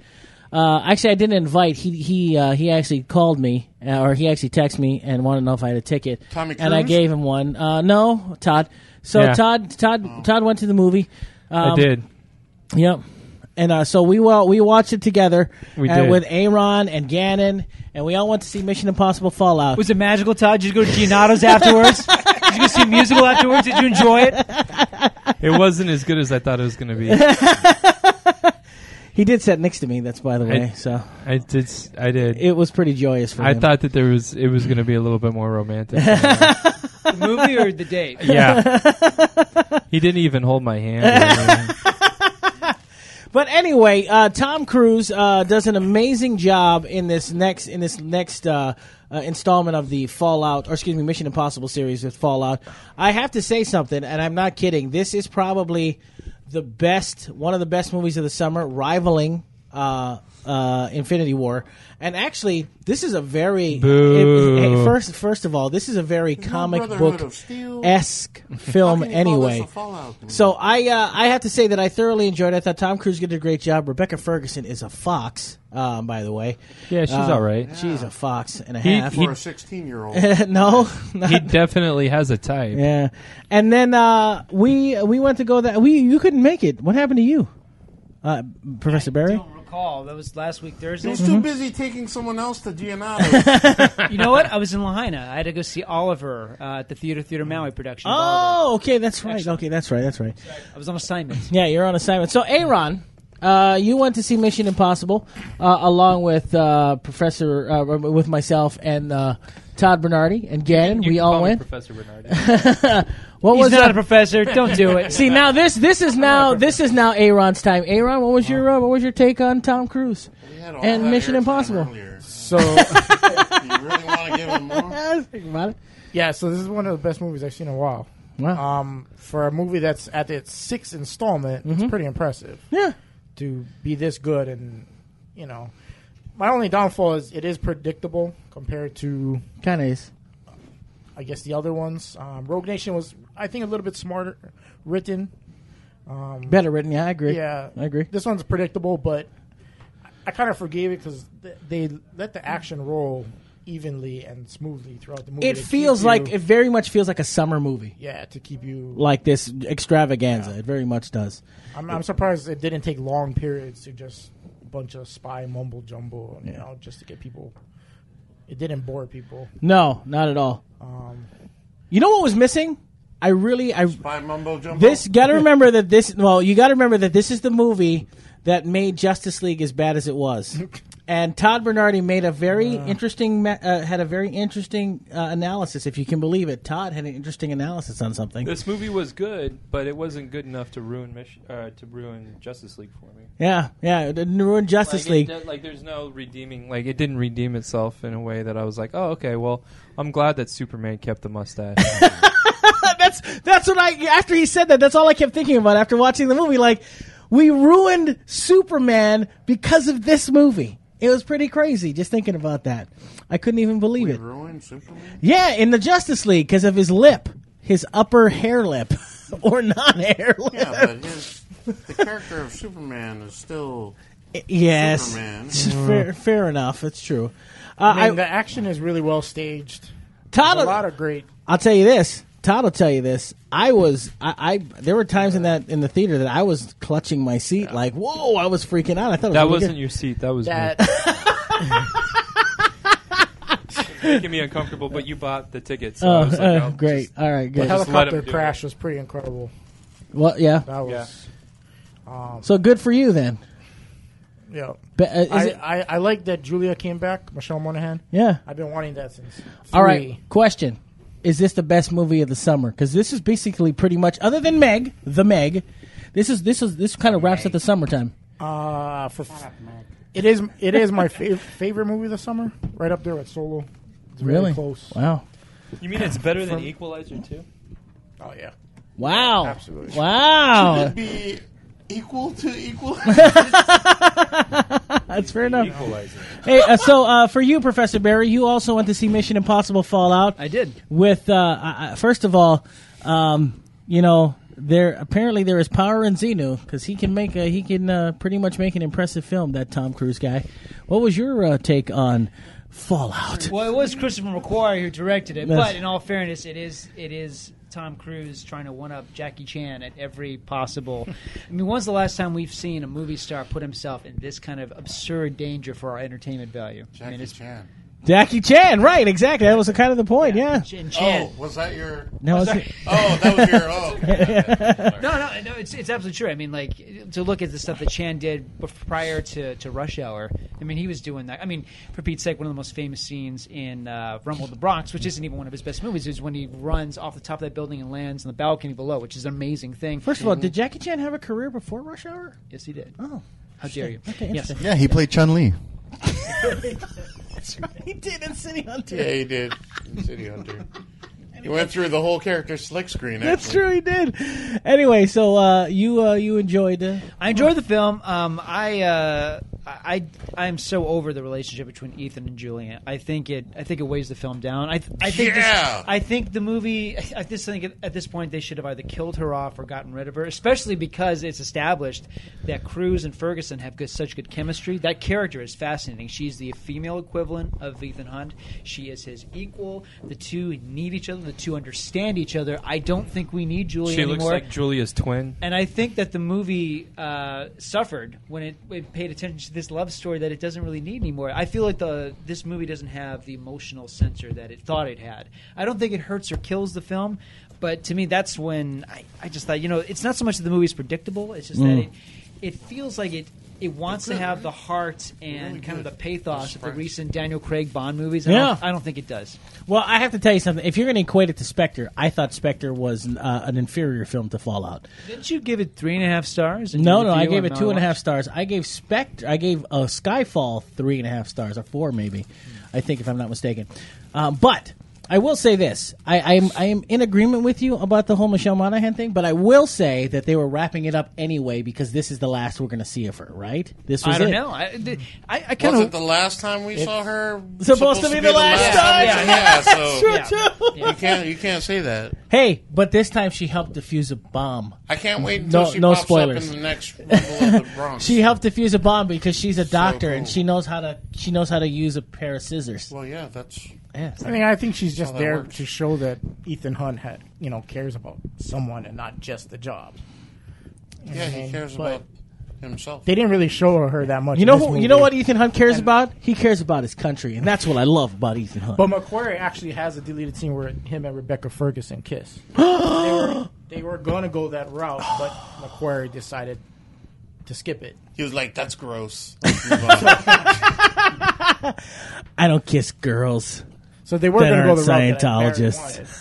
Speaker 1: Uh, actually, I didn't invite. He he uh, he actually called me, uh, or he actually texted me and wanted to know if I had a ticket.
Speaker 3: Tommy
Speaker 1: and I
Speaker 3: Cruise?
Speaker 1: gave him one. Uh, no, Todd. So
Speaker 2: Yeah.
Speaker 1: Todd Todd
Speaker 3: Oh.
Speaker 1: Todd went to the movie. Um,
Speaker 2: I did.
Speaker 1: Yep. And uh, so we wa- we watched it together
Speaker 2: We
Speaker 1: and
Speaker 2: did.
Speaker 1: with Aaron and Gannon, and we all went to see Mission Impossible Fallout.
Speaker 9: Was it magical, Todd? Did you go to Giannato's afterwards? Did you go see a musical afterwards? Did you enjoy it?
Speaker 2: It wasn't as good as I thought it was going to be.
Speaker 1: he did sit next to me. That's by the way. so
Speaker 2: I did. s- I did.
Speaker 1: it was pretty joyous for
Speaker 2: I
Speaker 1: him.
Speaker 2: thought that there was. It was going to be a little bit more romantic.
Speaker 9: The movie or the date?
Speaker 2: yeah. He didn't even hold my hand.
Speaker 1: But anyway, uh, Tom Cruise uh, does an amazing job in this next in this next uh, uh, installment of the Fallout, or excuse me, Mission Impossible series with Fallout. I have to say something, and I'm not kidding. This is probably the best, one of the best movies of the summer, rivaling uh, uh, Infinity War. And actually, this is a very it- hey, first. First of all, this is a very comic
Speaker 3: Brotherhood
Speaker 1: book
Speaker 3: of Steel.
Speaker 1: esque film.
Speaker 3: How can you call this
Speaker 1: Anyway,
Speaker 3: a Fallout movie?
Speaker 1: so I uh, I have to say that I thoroughly enjoyed. it. I thought Tom Cruise did a great job. Rebecca Ferguson is a fox, um, by the way.
Speaker 8: Yeah, she's
Speaker 1: Uh,
Speaker 8: all right.
Speaker 1: She's a fox and a
Speaker 8: He-
Speaker 1: half.
Speaker 8: he-
Speaker 3: for a 16 year
Speaker 1: Mm-hmm.
Speaker 3: old.
Speaker 1: no, not-
Speaker 8: He definitely has a type.
Speaker 1: yeah. And then uh, we we went to go that we you couldn't make it. What happened to you, uh, Professor Barry?
Speaker 9: don't recall. That was last week Thursday.
Speaker 3: He's too busy taking someone else to Giannato.
Speaker 9: you know what? I was in Lahaina. I had to go see Oliver uh, at the Theater Theater Maui production. of Oliver.
Speaker 1: Oh, okay, that's right. Okay, that's right. That's right.
Speaker 9: I was on assignment.
Speaker 1: Yeah, you're on assignment. So, Aaron, uh, you went to see Mission Impossible uh, along with uh, Professor, uh, with myself and uh, Todd Bernardi and Gannon.
Speaker 2: You
Speaker 1: we
Speaker 2: can
Speaker 1: all
Speaker 2: call me
Speaker 1: went.
Speaker 2: Professor Bernardi.
Speaker 1: what
Speaker 9: He's
Speaker 1: was
Speaker 9: not
Speaker 1: uh,
Speaker 9: a professor. Don't do it.
Speaker 1: See now this this is now this is now Aaron's time. Aaron, what was your uh, what was your take on Tom Cruise?
Speaker 3: We had all
Speaker 1: And
Speaker 3: that
Speaker 1: Mission
Speaker 3: airtime
Speaker 1: Impossible.
Speaker 3: earlier.
Speaker 4: So
Speaker 3: You really want to give him more?
Speaker 1: Uh, think about it.
Speaker 4: yeah, so this is one of the best movies I've seen in a while.
Speaker 1: Wow.
Speaker 4: Um, for a movie that's at its sixth installment, it's pretty impressive
Speaker 1: yeah.
Speaker 4: to be this good. And you know, my only downfall is it is predictable compared to
Speaker 1: Kind of is.
Speaker 4: I guess the other ones. Um, Rogue Nation was, I think, a little bit smarter written. Um,
Speaker 1: Better written. Yeah, I agree.
Speaker 4: yeah,
Speaker 1: I agree.
Speaker 4: This one's predictable, but I- I kind of forgave it because th- they let the action roll evenly and smoothly throughout the movie.
Speaker 1: It
Speaker 4: to keep
Speaker 1: feels like
Speaker 4: you-
Speaker 1: it very much feels like a summer movie.
Speaker 4: yeah, to keep you.
Speaker 1: Like this extravaganza. It very much does.
Speaker 4: I'm, I'm surprised it didn't take long periods to just a bunch of spy mumble jumble, you
Speaker 1: Yeah.
Speaker 4: know, just to get people. It didn't bore people.
Speaker 1: No, not at all.
Speaker 4: Um,
Speaker 1: You know what was missing? I really I
Speaker 3: By mumbo jumbo.
Speaker 1: This got to remember that this. Well, you got to remember that this is the movie that made Justice League as bad as it was, and Todd Bernardi made a very interesting ma- uh, had a very interesting uh, analysis, if you can believe it. Todd had an interesting analysis on something.
Speaker 2: this movie was good, but it wasn't good enough to ruin Mich- uh, to ruin Justice League for me.
Speaker 1: yeah, yeah, it didn't ruin Justice
Speaker 2: like, it
Speaker 1: League.
Speaker 2: did- like, there's no redeeming. Like, it didn't redeem itself in a way that I was like, oh, okay, well, I'm glad that Superman kept the mustache.
Speaker 1: that's that's what I after he said that. That's all I kept thinking about after watching the movie. Like we ruined Superman because of this movie. It was pretty crazy just thinking about that. I couldn't even believe it.
Speaker 3: Ruin Superman?
Speaker 1: Yeah, in the Justice League because of his lip, his upper hair lip or non-hair lip.
Speaker 3: Yeah, but his, the character of Superman is still
Speaker 1: yes,
Speaker 3: Superman.
Speaker 1: fair, fair enough. It's true. Uh,
Speaker 4: I mean,
Speaker 1: I-
Speaker 4: the action is really well staged.
Speaker 1: Todd,
Speaker 4: A lot of great.
Speaker 1: I'll tell you this. Todd will tell you this. I was, I, I there were times in that in the theater that I was clutching my seat like, whoa! I was freaking out. I thought it was
Speaker 2: that
Speaker 1: really
Speaker 2: wasn't
Speaker 1: good.
Speaker 2: your seat. That was
Speaker 4: That
Speaker 2: me. making me uncomfortable. But you bought the ticket, so
Speaker 1: Oh,
Speaker 2: I was like,
Speaker 1: uh,
Speaker 2: oh,
Speaker 1: great! All right,
Speaker 4: the
Speaker 1: good.
Speaker 2: hell- Just let
Speaker 4: helicopter
Speaker 2: him do
Speaker 4: crash was pretty incredible.
Speaker 1: Well, yeah.
Speaker 4: That was.
Speaker 2: Yeah.
Speaker 1: So good for you then.
Speaker 4: Yeah,
Speaker 1: But, uh, is
Speaker 4: I,
Speaker 1: it-
Speaker 4: I, I like that Julia came back, Michelle Monaghan.
Speaker 1: yeah.
Speaker 4: I've been wanting that since.
Speaker 1: All right.
Speaker 4: three.
Speaker 1: Question: Is this the best movie of the summer? Because this is basically pretty much, other than Meg, the Meg. This is this is this kind of wraps up the summertime.
Speaker 4: Uh, for f- it is it is my fav- favorite movie of the summer, right up there with Solo. It's very
Speaker 1: Really?
Speaker 4: close.
Speaker 1: Wow.
Speaker 2: You mean it's better than Equalizer too?
Speaker 4: Oh yeah,
Speaker 1: Wow.
Speaker 4: Absolutely.
Speaker 1: Wow.
Speaker 3: be equal to equal.
Speaker 1: That's fair enough.
Speaker 2: Equalizer.
Speaker 1: Hey, uh, so uh, for you, Professor Barry, you also went to see Mission Impossible Fallout.
Speaker 9: I did.
Speaker 1: With uh, I, I- first of all, um, you know there apparently there is power in Xenu because he can make a, he can uh, pretty much make an impressive film. That Tom Cruise guy. What was your uh, take on Fallout?
Speaker 9: Well, it was Christopher McQuarrie who directed it,
Speaker 1: Yes.
Speaker 9: but in all fairness, it is it is Tom Cruise trying to one up Jackie Chan at every possible. I mean, when's the last time we've seen a movie star put himself in this kind of absurd danger for our entertainment value? I mean,
Speaker 3: Jackie
Speaker 9: it's
Speaker 3: Chan.
Speaker 1: Jackie Chan, right? Exactly. That was kind of the point. Yeah.
Speaker 9: Chan.
Speaker 3: Oh, was that your?
Speaker 1: No, it's-
Speaker 9: sorry.
Speaker 3: Oh, that was your. Oh,
Speaker 9: No, no, no. It's it's absolutely true. I mean, like to look at the stuff that Chan did bef- prior to, to Rush Hour. I mean, he was doing that. I mean, for Pete's sake, one of the most famous scenes in uh, Rumble in the Bronx, which isn't even one of his best movies, is when he runs off the top of that building and lands on the balcony below, which is an amazing thing.
Speaker 1: First of all, did Jackie Chan have a career before Rush Hour?
Speaker 9: yes, he did.
Speaker 1: Oh,
Speaker 9: How dare you?
Speaker 1: okay,
Speaker 9: yes.
Speaker 1: interesting.
Speaker 6: Yeah, he played Chun Li.
Speaker 1: That's right. He did in City Hunter.
Speaker 3: yeah, he did. City Hunter. He went through the whole character slick screen.
Speaker 1: That's
Speaker 3: actually.
Speaker 1: true. He did. Anyway, so uh, you uh, you enjoyed uh,
Speaker 9: I enjoyed the film. Um, I, uh, I, I am so over the relationship between Ethan and Julian. I think it, I think it weighs the film down. I, th- I think,
Speaker 3: Yeah.
Speaker 9: this, I think the movie. I just think at this point they should have either killed her off or gotten rid of her, especially because it's established that Cruz and Ferguson have good, such good chemistry. That character is fascinating. She's the female equivalent of Ethan Hunt. She is his equal. The two need each other. The two understand each other. I don't think we need Julian
Speaker 2: She
Speaker 9: anymore
Speaker 2: looks like Julia's twin.
Speaker 9: and I think that the movie uh, suffered when it, it paid attention to this love story that it doesn't really need anymore. I feel like the this movie doesn't have the emotional censor that it thought it had. I don't think it hurts or kills the film, but to me, that's when I, I just thought, you know, it's not so much that the movie's predictable; it's just that
Speaker 1: Mm.
Speaker 9: it it feels like it. It wants to have the heart and kind of the pathos of the recent Daniel Craig Bond movies. and I don't-
Speaker 1: Yeah.
Speaker 9: I don't think it does.
Speaker 1: Well, I have to tell you something. If you're going to equate it to Spectre, I thought Spectre was uh, an inferior film to Fallout.
Speaker 9: Didn't you give it three and a half stars?
Speaker 1: No, no, I gave it two and a half stars. I gave Spectre, I gave uh, Skyfall three and a half stars, or four maybe,
Speaker 9: Hmm.
Speaker 1: I think, if I'm not mistaken. Um, but I will say this: I, I am I am in agreement with you about the whole Michelle Monaghan thing, but I will say that they were wrapping it up anyway because this is the last we're going to see of her, right? This was
Speaker 9: I don't
Speaker 1: it.
Speaker 9: know. I, th- I, I kind
Speaker 3: Wasn't the
Speaker 9: of
Speaker 3: last time we saw her
Speaker 1: Supposed to be the last
Speaker 3: time? Yeah, so
Speaker 1: True.
Speaker 3: you can't you can't say that.
Speaker 1: Hey, but this time she helped defuse a bomb.
Speaker 3: I can't wait until
Speaker 1: No-
Speaker 3: she
Speaker 1: no
Speaker 3: pops
Speaker 1: spoilers.
Speaker 3: up in the next Rumble of the Bronx.
Speaker 1: She helped defuse a bomb because she's a doctor and
Speaker 3: cool.
Speaker 1: she knows how to she knows how to use a pair of scissors.
Speaker 3: well, yeah, that's
Speaker 1: Yeah.
Speaker 4: I mean, I think she's just
Speaker 3: how that
Speaker 4: there
Speaker 3: works.
Speaker 4: to show that Ethan Hunt had, you know, cares about someone and not just the job.
Speaker 3: yeah. He
Speaker 1: Mm-hmm.
Speaker 4: Mhm.
Speaker 3: cares
Speaker 4: But-
Speaker 3: about himself.
Speaker 4: They didn't really show her that much.
Speaker 1: You
Speaker 4: in
Speaker 1: know
Speaker 4: this
Speaker 1: who,
Speaker 4: movie.
Speaker 1: you know what Ethan Hunt cares about? He cares about his country, and that's what I love about Ethan Hunt.
Speaker 4: But McQuarrie actually has a deleted scene where him and Rebecca Ferguson kiss. they were they were gonna go that route, but McQuarrie decided to skip it.
Speaker 3: He was like, "That's gross." Let's move on.
Speaker 1: I don't kiss girls.
Speaker 4: So they were
Speaker 1: That
Speaker 4: gonna go the
Speaker 1: aren't
Speaker 4: route that I
Speaker 1: Scientologists.
Speaker 4: wanted.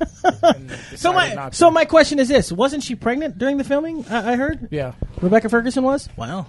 Speaker 4: And they
Speaker 1: So
Speaker 4: decided
Speaker 1: my
Speaker 4: not
Speaker 1: so
Speaker 4: to.
Speaker 1: my question is this: Wasn't she pregnant during the filming? I, I heard.
Speaker 4: yeah,
Speaker 1: Rebecca Ferguson was. Wow.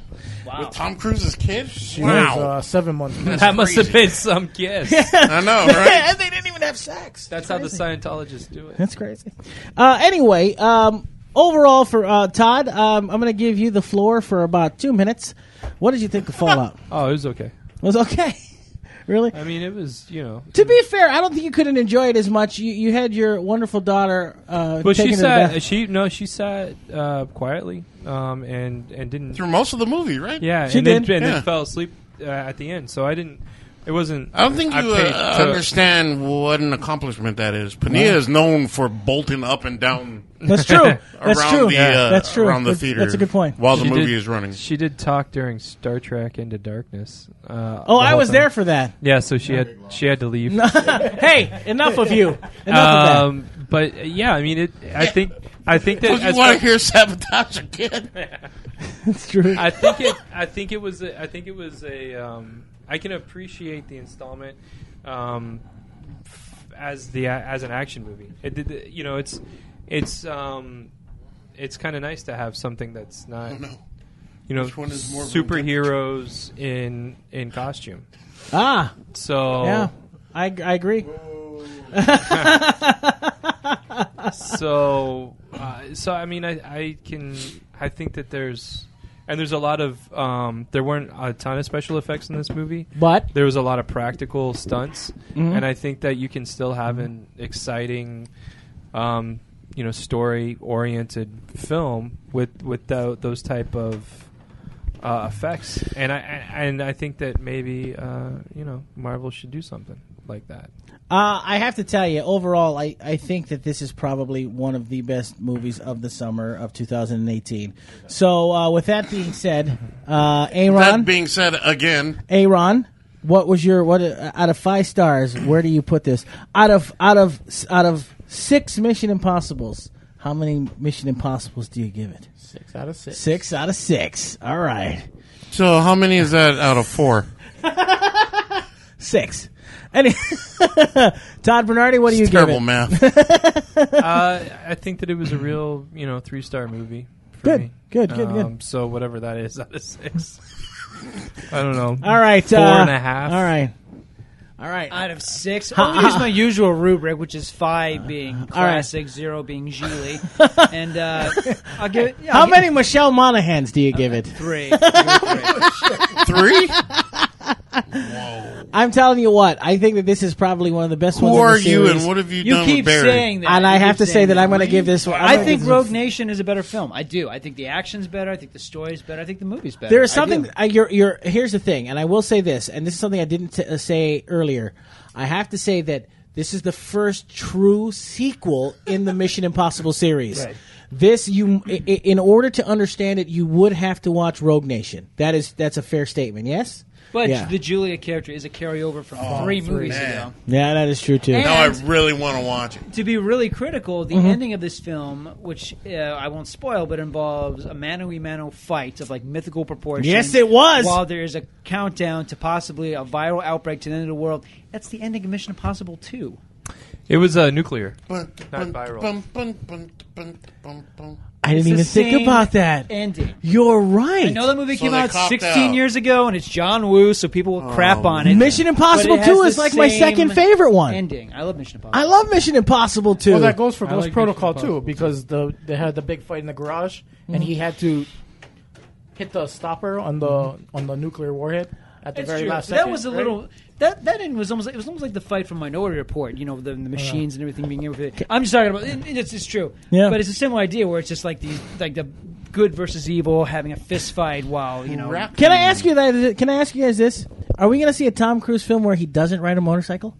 Speaker 3: With Tom Cruise's kid.
Speaker 4: she
Speaker 3: wow,
Speaker 4: was uh, seven months. pregnant.
Speaker 3: That's
Speaker 2: That must have
Speaker 3: crazy.
Speaker 2: been some kiss.
Speaker 3: I know, right?
Speaker 1: they didn't even have sex.
Speaker 2: That's how the Scientologists do it.
Speaker 1: That's crazy. Uh, anyway, um, overall for uh, Todd, um, I'm going to give you the floor for about two minutes. What did you think of Fallout?
Speaker 2: Oh, it was okay.
Speaker 1: it was okay. really?
Speaker 2: I mean, it was you know.
Speaker 1: To be fair, I don't think you couldn't enjoy it as much. You, you had your wonderful daughter. Uh,
Speaker 2: Well, she
Speaker 1: taken to the bath-
Speaker 2: sat. She no, she sat uh, quietly um, and and didn't.
Speaker 3: Through most of the movie, right?
Speaker 2: Yeah,
Speaker 1: She
Speaker 2: and
Speaker 1: did.
Speaker 2: then and
Speaker 3: Yeah.
Speaker 2: then fell asleep uh, at the end. So I didn't. It wasn't.
Speaker 3: I don't think you
Speaker 2: paid
Speaker 3: uh,
Speaker 2: to-
Speaker 3: understand what an accomplishment that is. Pania is known for bolting up and down
Speaker 1: That's true. That's
Speaker 3: around
Speaker 1: true.
Speaker 3: the uh,
Speaker 1: That's true.
Speaker 3: around the
Speaker 1: That's-
Speaker 3: theater.
Speaker 1: That's a good point.
Speaker 3: While the
Speaker 2: She
Speaker 3: movie
Speaker 2: did-
Speaker 3: is running,
Speaker 2: She did talk during Star Trek Into Darkness. Uh,
Speaker 1: Oh,
Speaker 2: the
Speaker 1: I
Speaker 2: whole
Speaker 1: was
Speaker 2: time.
Speaker 1: there for that.
Speaker 2: Yeah, so she had she had to leave.
Speaker 1: hey, enough of you. Enough of that.
Speaker 2: um, but uh, yeah, I mean, it. I think I think that
Speaker 3: Don't you
Speaker 2: as
Speaker 3: want to
Speaker 2: far-
Speaker 3: hear sabotage again?
Speaker 1: That's true.
Speaker 2: I think it. I think it was. A, I think it was a. Um, I can appreciate the installment um, f- as the as an action movie. It did. You know, it's it's um, it's kind of nice to have something that's not. You know,
Speaker 3: Which one is more of a
Speaker 2: superheroes in in costume.
Speaker 1: ah,
Speaker 2: So
Speaker 1: yeah. I, I agree.
Speaker 2: so uh, so I mean I, I can I think that there's and there's a lot of um, there weren't a ton of special effects in this movie
Speaker 1: But
Speaker 2: there was a lot of practical stunts
Speaker 1: Mm-hmm.
Speaker 2: and I think that you can still have an exciting um, you know story oriented film with with tho- those type of uh, effects and I and I think that maybe uh, you know Marvel should do something like that
Speaker 1: uh, I have to tell you, overall, I, I think that this is probably one of the best movies of the summer of 2018. So, uh, with that being said, uh,
Speaker 3: That
Speaker 1: Aaron,
Speaker 3: being said, again,
Speaker 1: Aaron, What was your what uh, out of five stars? Where do you put this? Out of out of out of six Mission Impossible's, how many Mission Impossibles do you give it?
Speaker 4: Six out of six.
Speaker 1: Six out of six. All right,
Speaker 3: So how many is that out of four?
Speaker 1: six. Any Todd Bernardi, what do you
Speaker 3: It's
Speaker 1: give
Speaker 3: terrible
Speaker 1: it?
Speaker 3: math.
Speaker 2: uh, I think that it was a real, you know, three star movie. For
Speaker 1: Good,
Speaker 2: me. Um,
Speaker 1: good, good, good.
Speaker 2: So whatever that is out of six, I don't know.
Speaker 1: All right,
Speaker 2: Four
Speaker 1: uh,
Speaker 2: and a half.
Speaker 1: All right, all right.
Speaker 9: Out of six, I'm gonna use my usual rubric, which is five being
Speaker 1: Uh, right.
Speaker 9: classic, zero being Gigli, and uh, I'll give it. Yeah,
Speaker 1: how
Speaker 9: I'll give
Speaker 1: many Michelle Monahans do you give it?
Speaker 9: it Three. I'll give it three.
Speaker 3: Three?
Speaker 1: I'm telling you what, I think that this is probably one of the best ones. in
Speaker 3: Who
Speaker 1: the
Speaker 3: are you
Speaker 1: series.
Speaker 3: and what have you,
Speaker 9: You
Speaker 3: done with
Speaker 9: keep
Speaker 3: Barry?
Speaker 9: saying that,
Speaker 1: And I
Speaker 9: You
Speaker 1: have
Speaker 9: keep
Speaker 1: to say
Speaker 9: saying
Speaker 1: that I'm going to give this one.
Speaker 9: I think
Speaker 1: this is a-
Speaker 9: Rogue Nation is a better film. I do. I think the action's better. I think the story's better. I think the movie's better.
Speaker 1: There is
Speaker 9: I
Speaker 1: something.
Speaker 9: do.
Speaker 1: I, you're, you're, here's the thing, and I will say this, and this is something I didn't t- uh, say earlier. I have to say that this is the first true sequel in the Mission Impossible series. This you, i- i- in order to understand it, you would have to watch Rogue Nation. That is, that's a fair statement. Yes.
Speaker 9: But
Speaker 1: yeah.
Speaker 9: the Julia character is a carryover from three movies
Speaker 3: man.
Speaker 9: ago.
Speaker 1: yeah, that is true too.
Speaker 9: And-
Speaker 3: Now I really want to watch it.
Speaker 9: to be really critical,
Speaker 1: Mm-hmm.
Speaker 9: the ending of this film, which uh, I won't spoil, but involves a mano a mano fight of like mythical proportions.
Speaker 1: Yes, it was.
Speaker 9: While there is a countdown to possibly a viral outbreak to the end of the world, that's the ending of Mission Impossible Two.
Speaker 2: It was uh, nuclear.
Speaker 3: Not
Speaker 2: viral.
Speaker 1: I didn't even
Speaker 9: It's the
Speaker 1: think
Speaker 9: same
Speaker 1: about that.
Speaker 9: Ending.
Speaker 1: You're right.
Speaker 9: I know that movie
Speaker 3: So
Speaker 9: came
Speaker 3: they
Speaker 9: out
Speaker 3: copped
Speaker 9: 16
Speaker 3: out.
Speaker 9: years ago, and it's John Woo, so people will crap on it.
Speaker 1: Oh. Mission Impossible
Speaker 9: But it has
Speaker 1: Two is
Speaker 9: the
Speaker 1: like my
Speaker 9: same
Speaker 1: second favorite one.
Speaker 9: Ending. I love Mission Impossible.
Speaker 1: I love Mission Impossible Two.
Speaker 4: Well, that goes for
Speaker 8: I
Speaker 4: Ghost
Speaker 8: like
Speaker 4: Protocol
Speaker 8: Mission
Speaker 4: too,
Speaker 8: Impossible,
Speaker 4: because the they had the big fight in the garage, and he had to hit the stopper on the on the nuclear warhead at the
Speaker 9: It's
Speaker 4: very
Speaker 9: true.
Speaker 4: last
Speaker 9: That
Speaker 4: second.
Speaker 9: was a
Speaker 4: right?
Speaker 9: little. That that end was almost. It was almost like the fight from Minority Report. You know, the, the machines and everything being able to. I'm just talking about. It, it's, it's true.
Speaker 1: Yeah.
Speaker 9: But it's a similar idea where it's just like these, like the good versus evil having a fist fight while you know.
Speaker 1: Can I ask you that? Can I ask you guys this? Are we going to see a Tom Cruise film where he doesn't ride a motorcycle?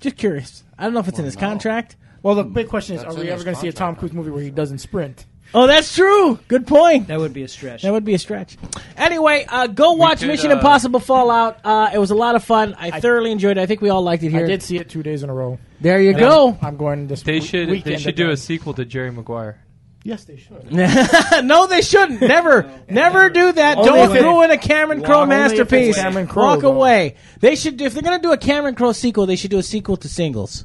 Speaker 1: Just curious. I don't know if it's in his contract.
Speaker 4: Well, the big question is:
Speaker 3: That's
Speaker 4: Are
Speaker 3: in
Speaker 4: we ever
Speaker 3: his
Speaker 4: going to see a Tom
Speaker 3: contract.
Speaker 4: Cruise movie where he doesn't sprint?
Speaker 1: Oh, that's true. Good point.
Speaker 9: That would be a stretch.
Speaker 1: That would be a stretch. Anyway, uh, go watch
Speaker 2: could,
Speaker 1: Mission
Speaker 2: uh,
Speaker 1: Impossible Fallout. Uh, it was a lot of fun. I, thoroughly enjoyed it. I think we all liked it here.
Speaker 4: I did see it two days in a row.
Speaker 1: There you
Speaker 4: And
Speaker 1: go.
Speaker 4: I'm, I'm going this.
Speaker 2: They
Speaker 4: we-
Speaker 2: should.
Speaker 4: Weekend
Speaker 2: They should do a
Speaker 4: again.
Speaker 2: sequel to Jerry Maguire.
Speaker 4: Yes, they should.
Speaker 1: no, they shouldn't. Never, never do that.
Speaker 4: Only
Speaker 1: Don't
Speaker 4: if it-
Speaker 1: ruin a Cameron Crowe
Speaker 4: Only if it's
Speaker 1: masterpiece.
Speaker 4: Cameron Crowe,
Speaker 1: Walk
Speaker 4: though.
Speaker 1: away. They should. do- If they're going to do a Cameron Crowe sequel, they should do a sequel to Singles.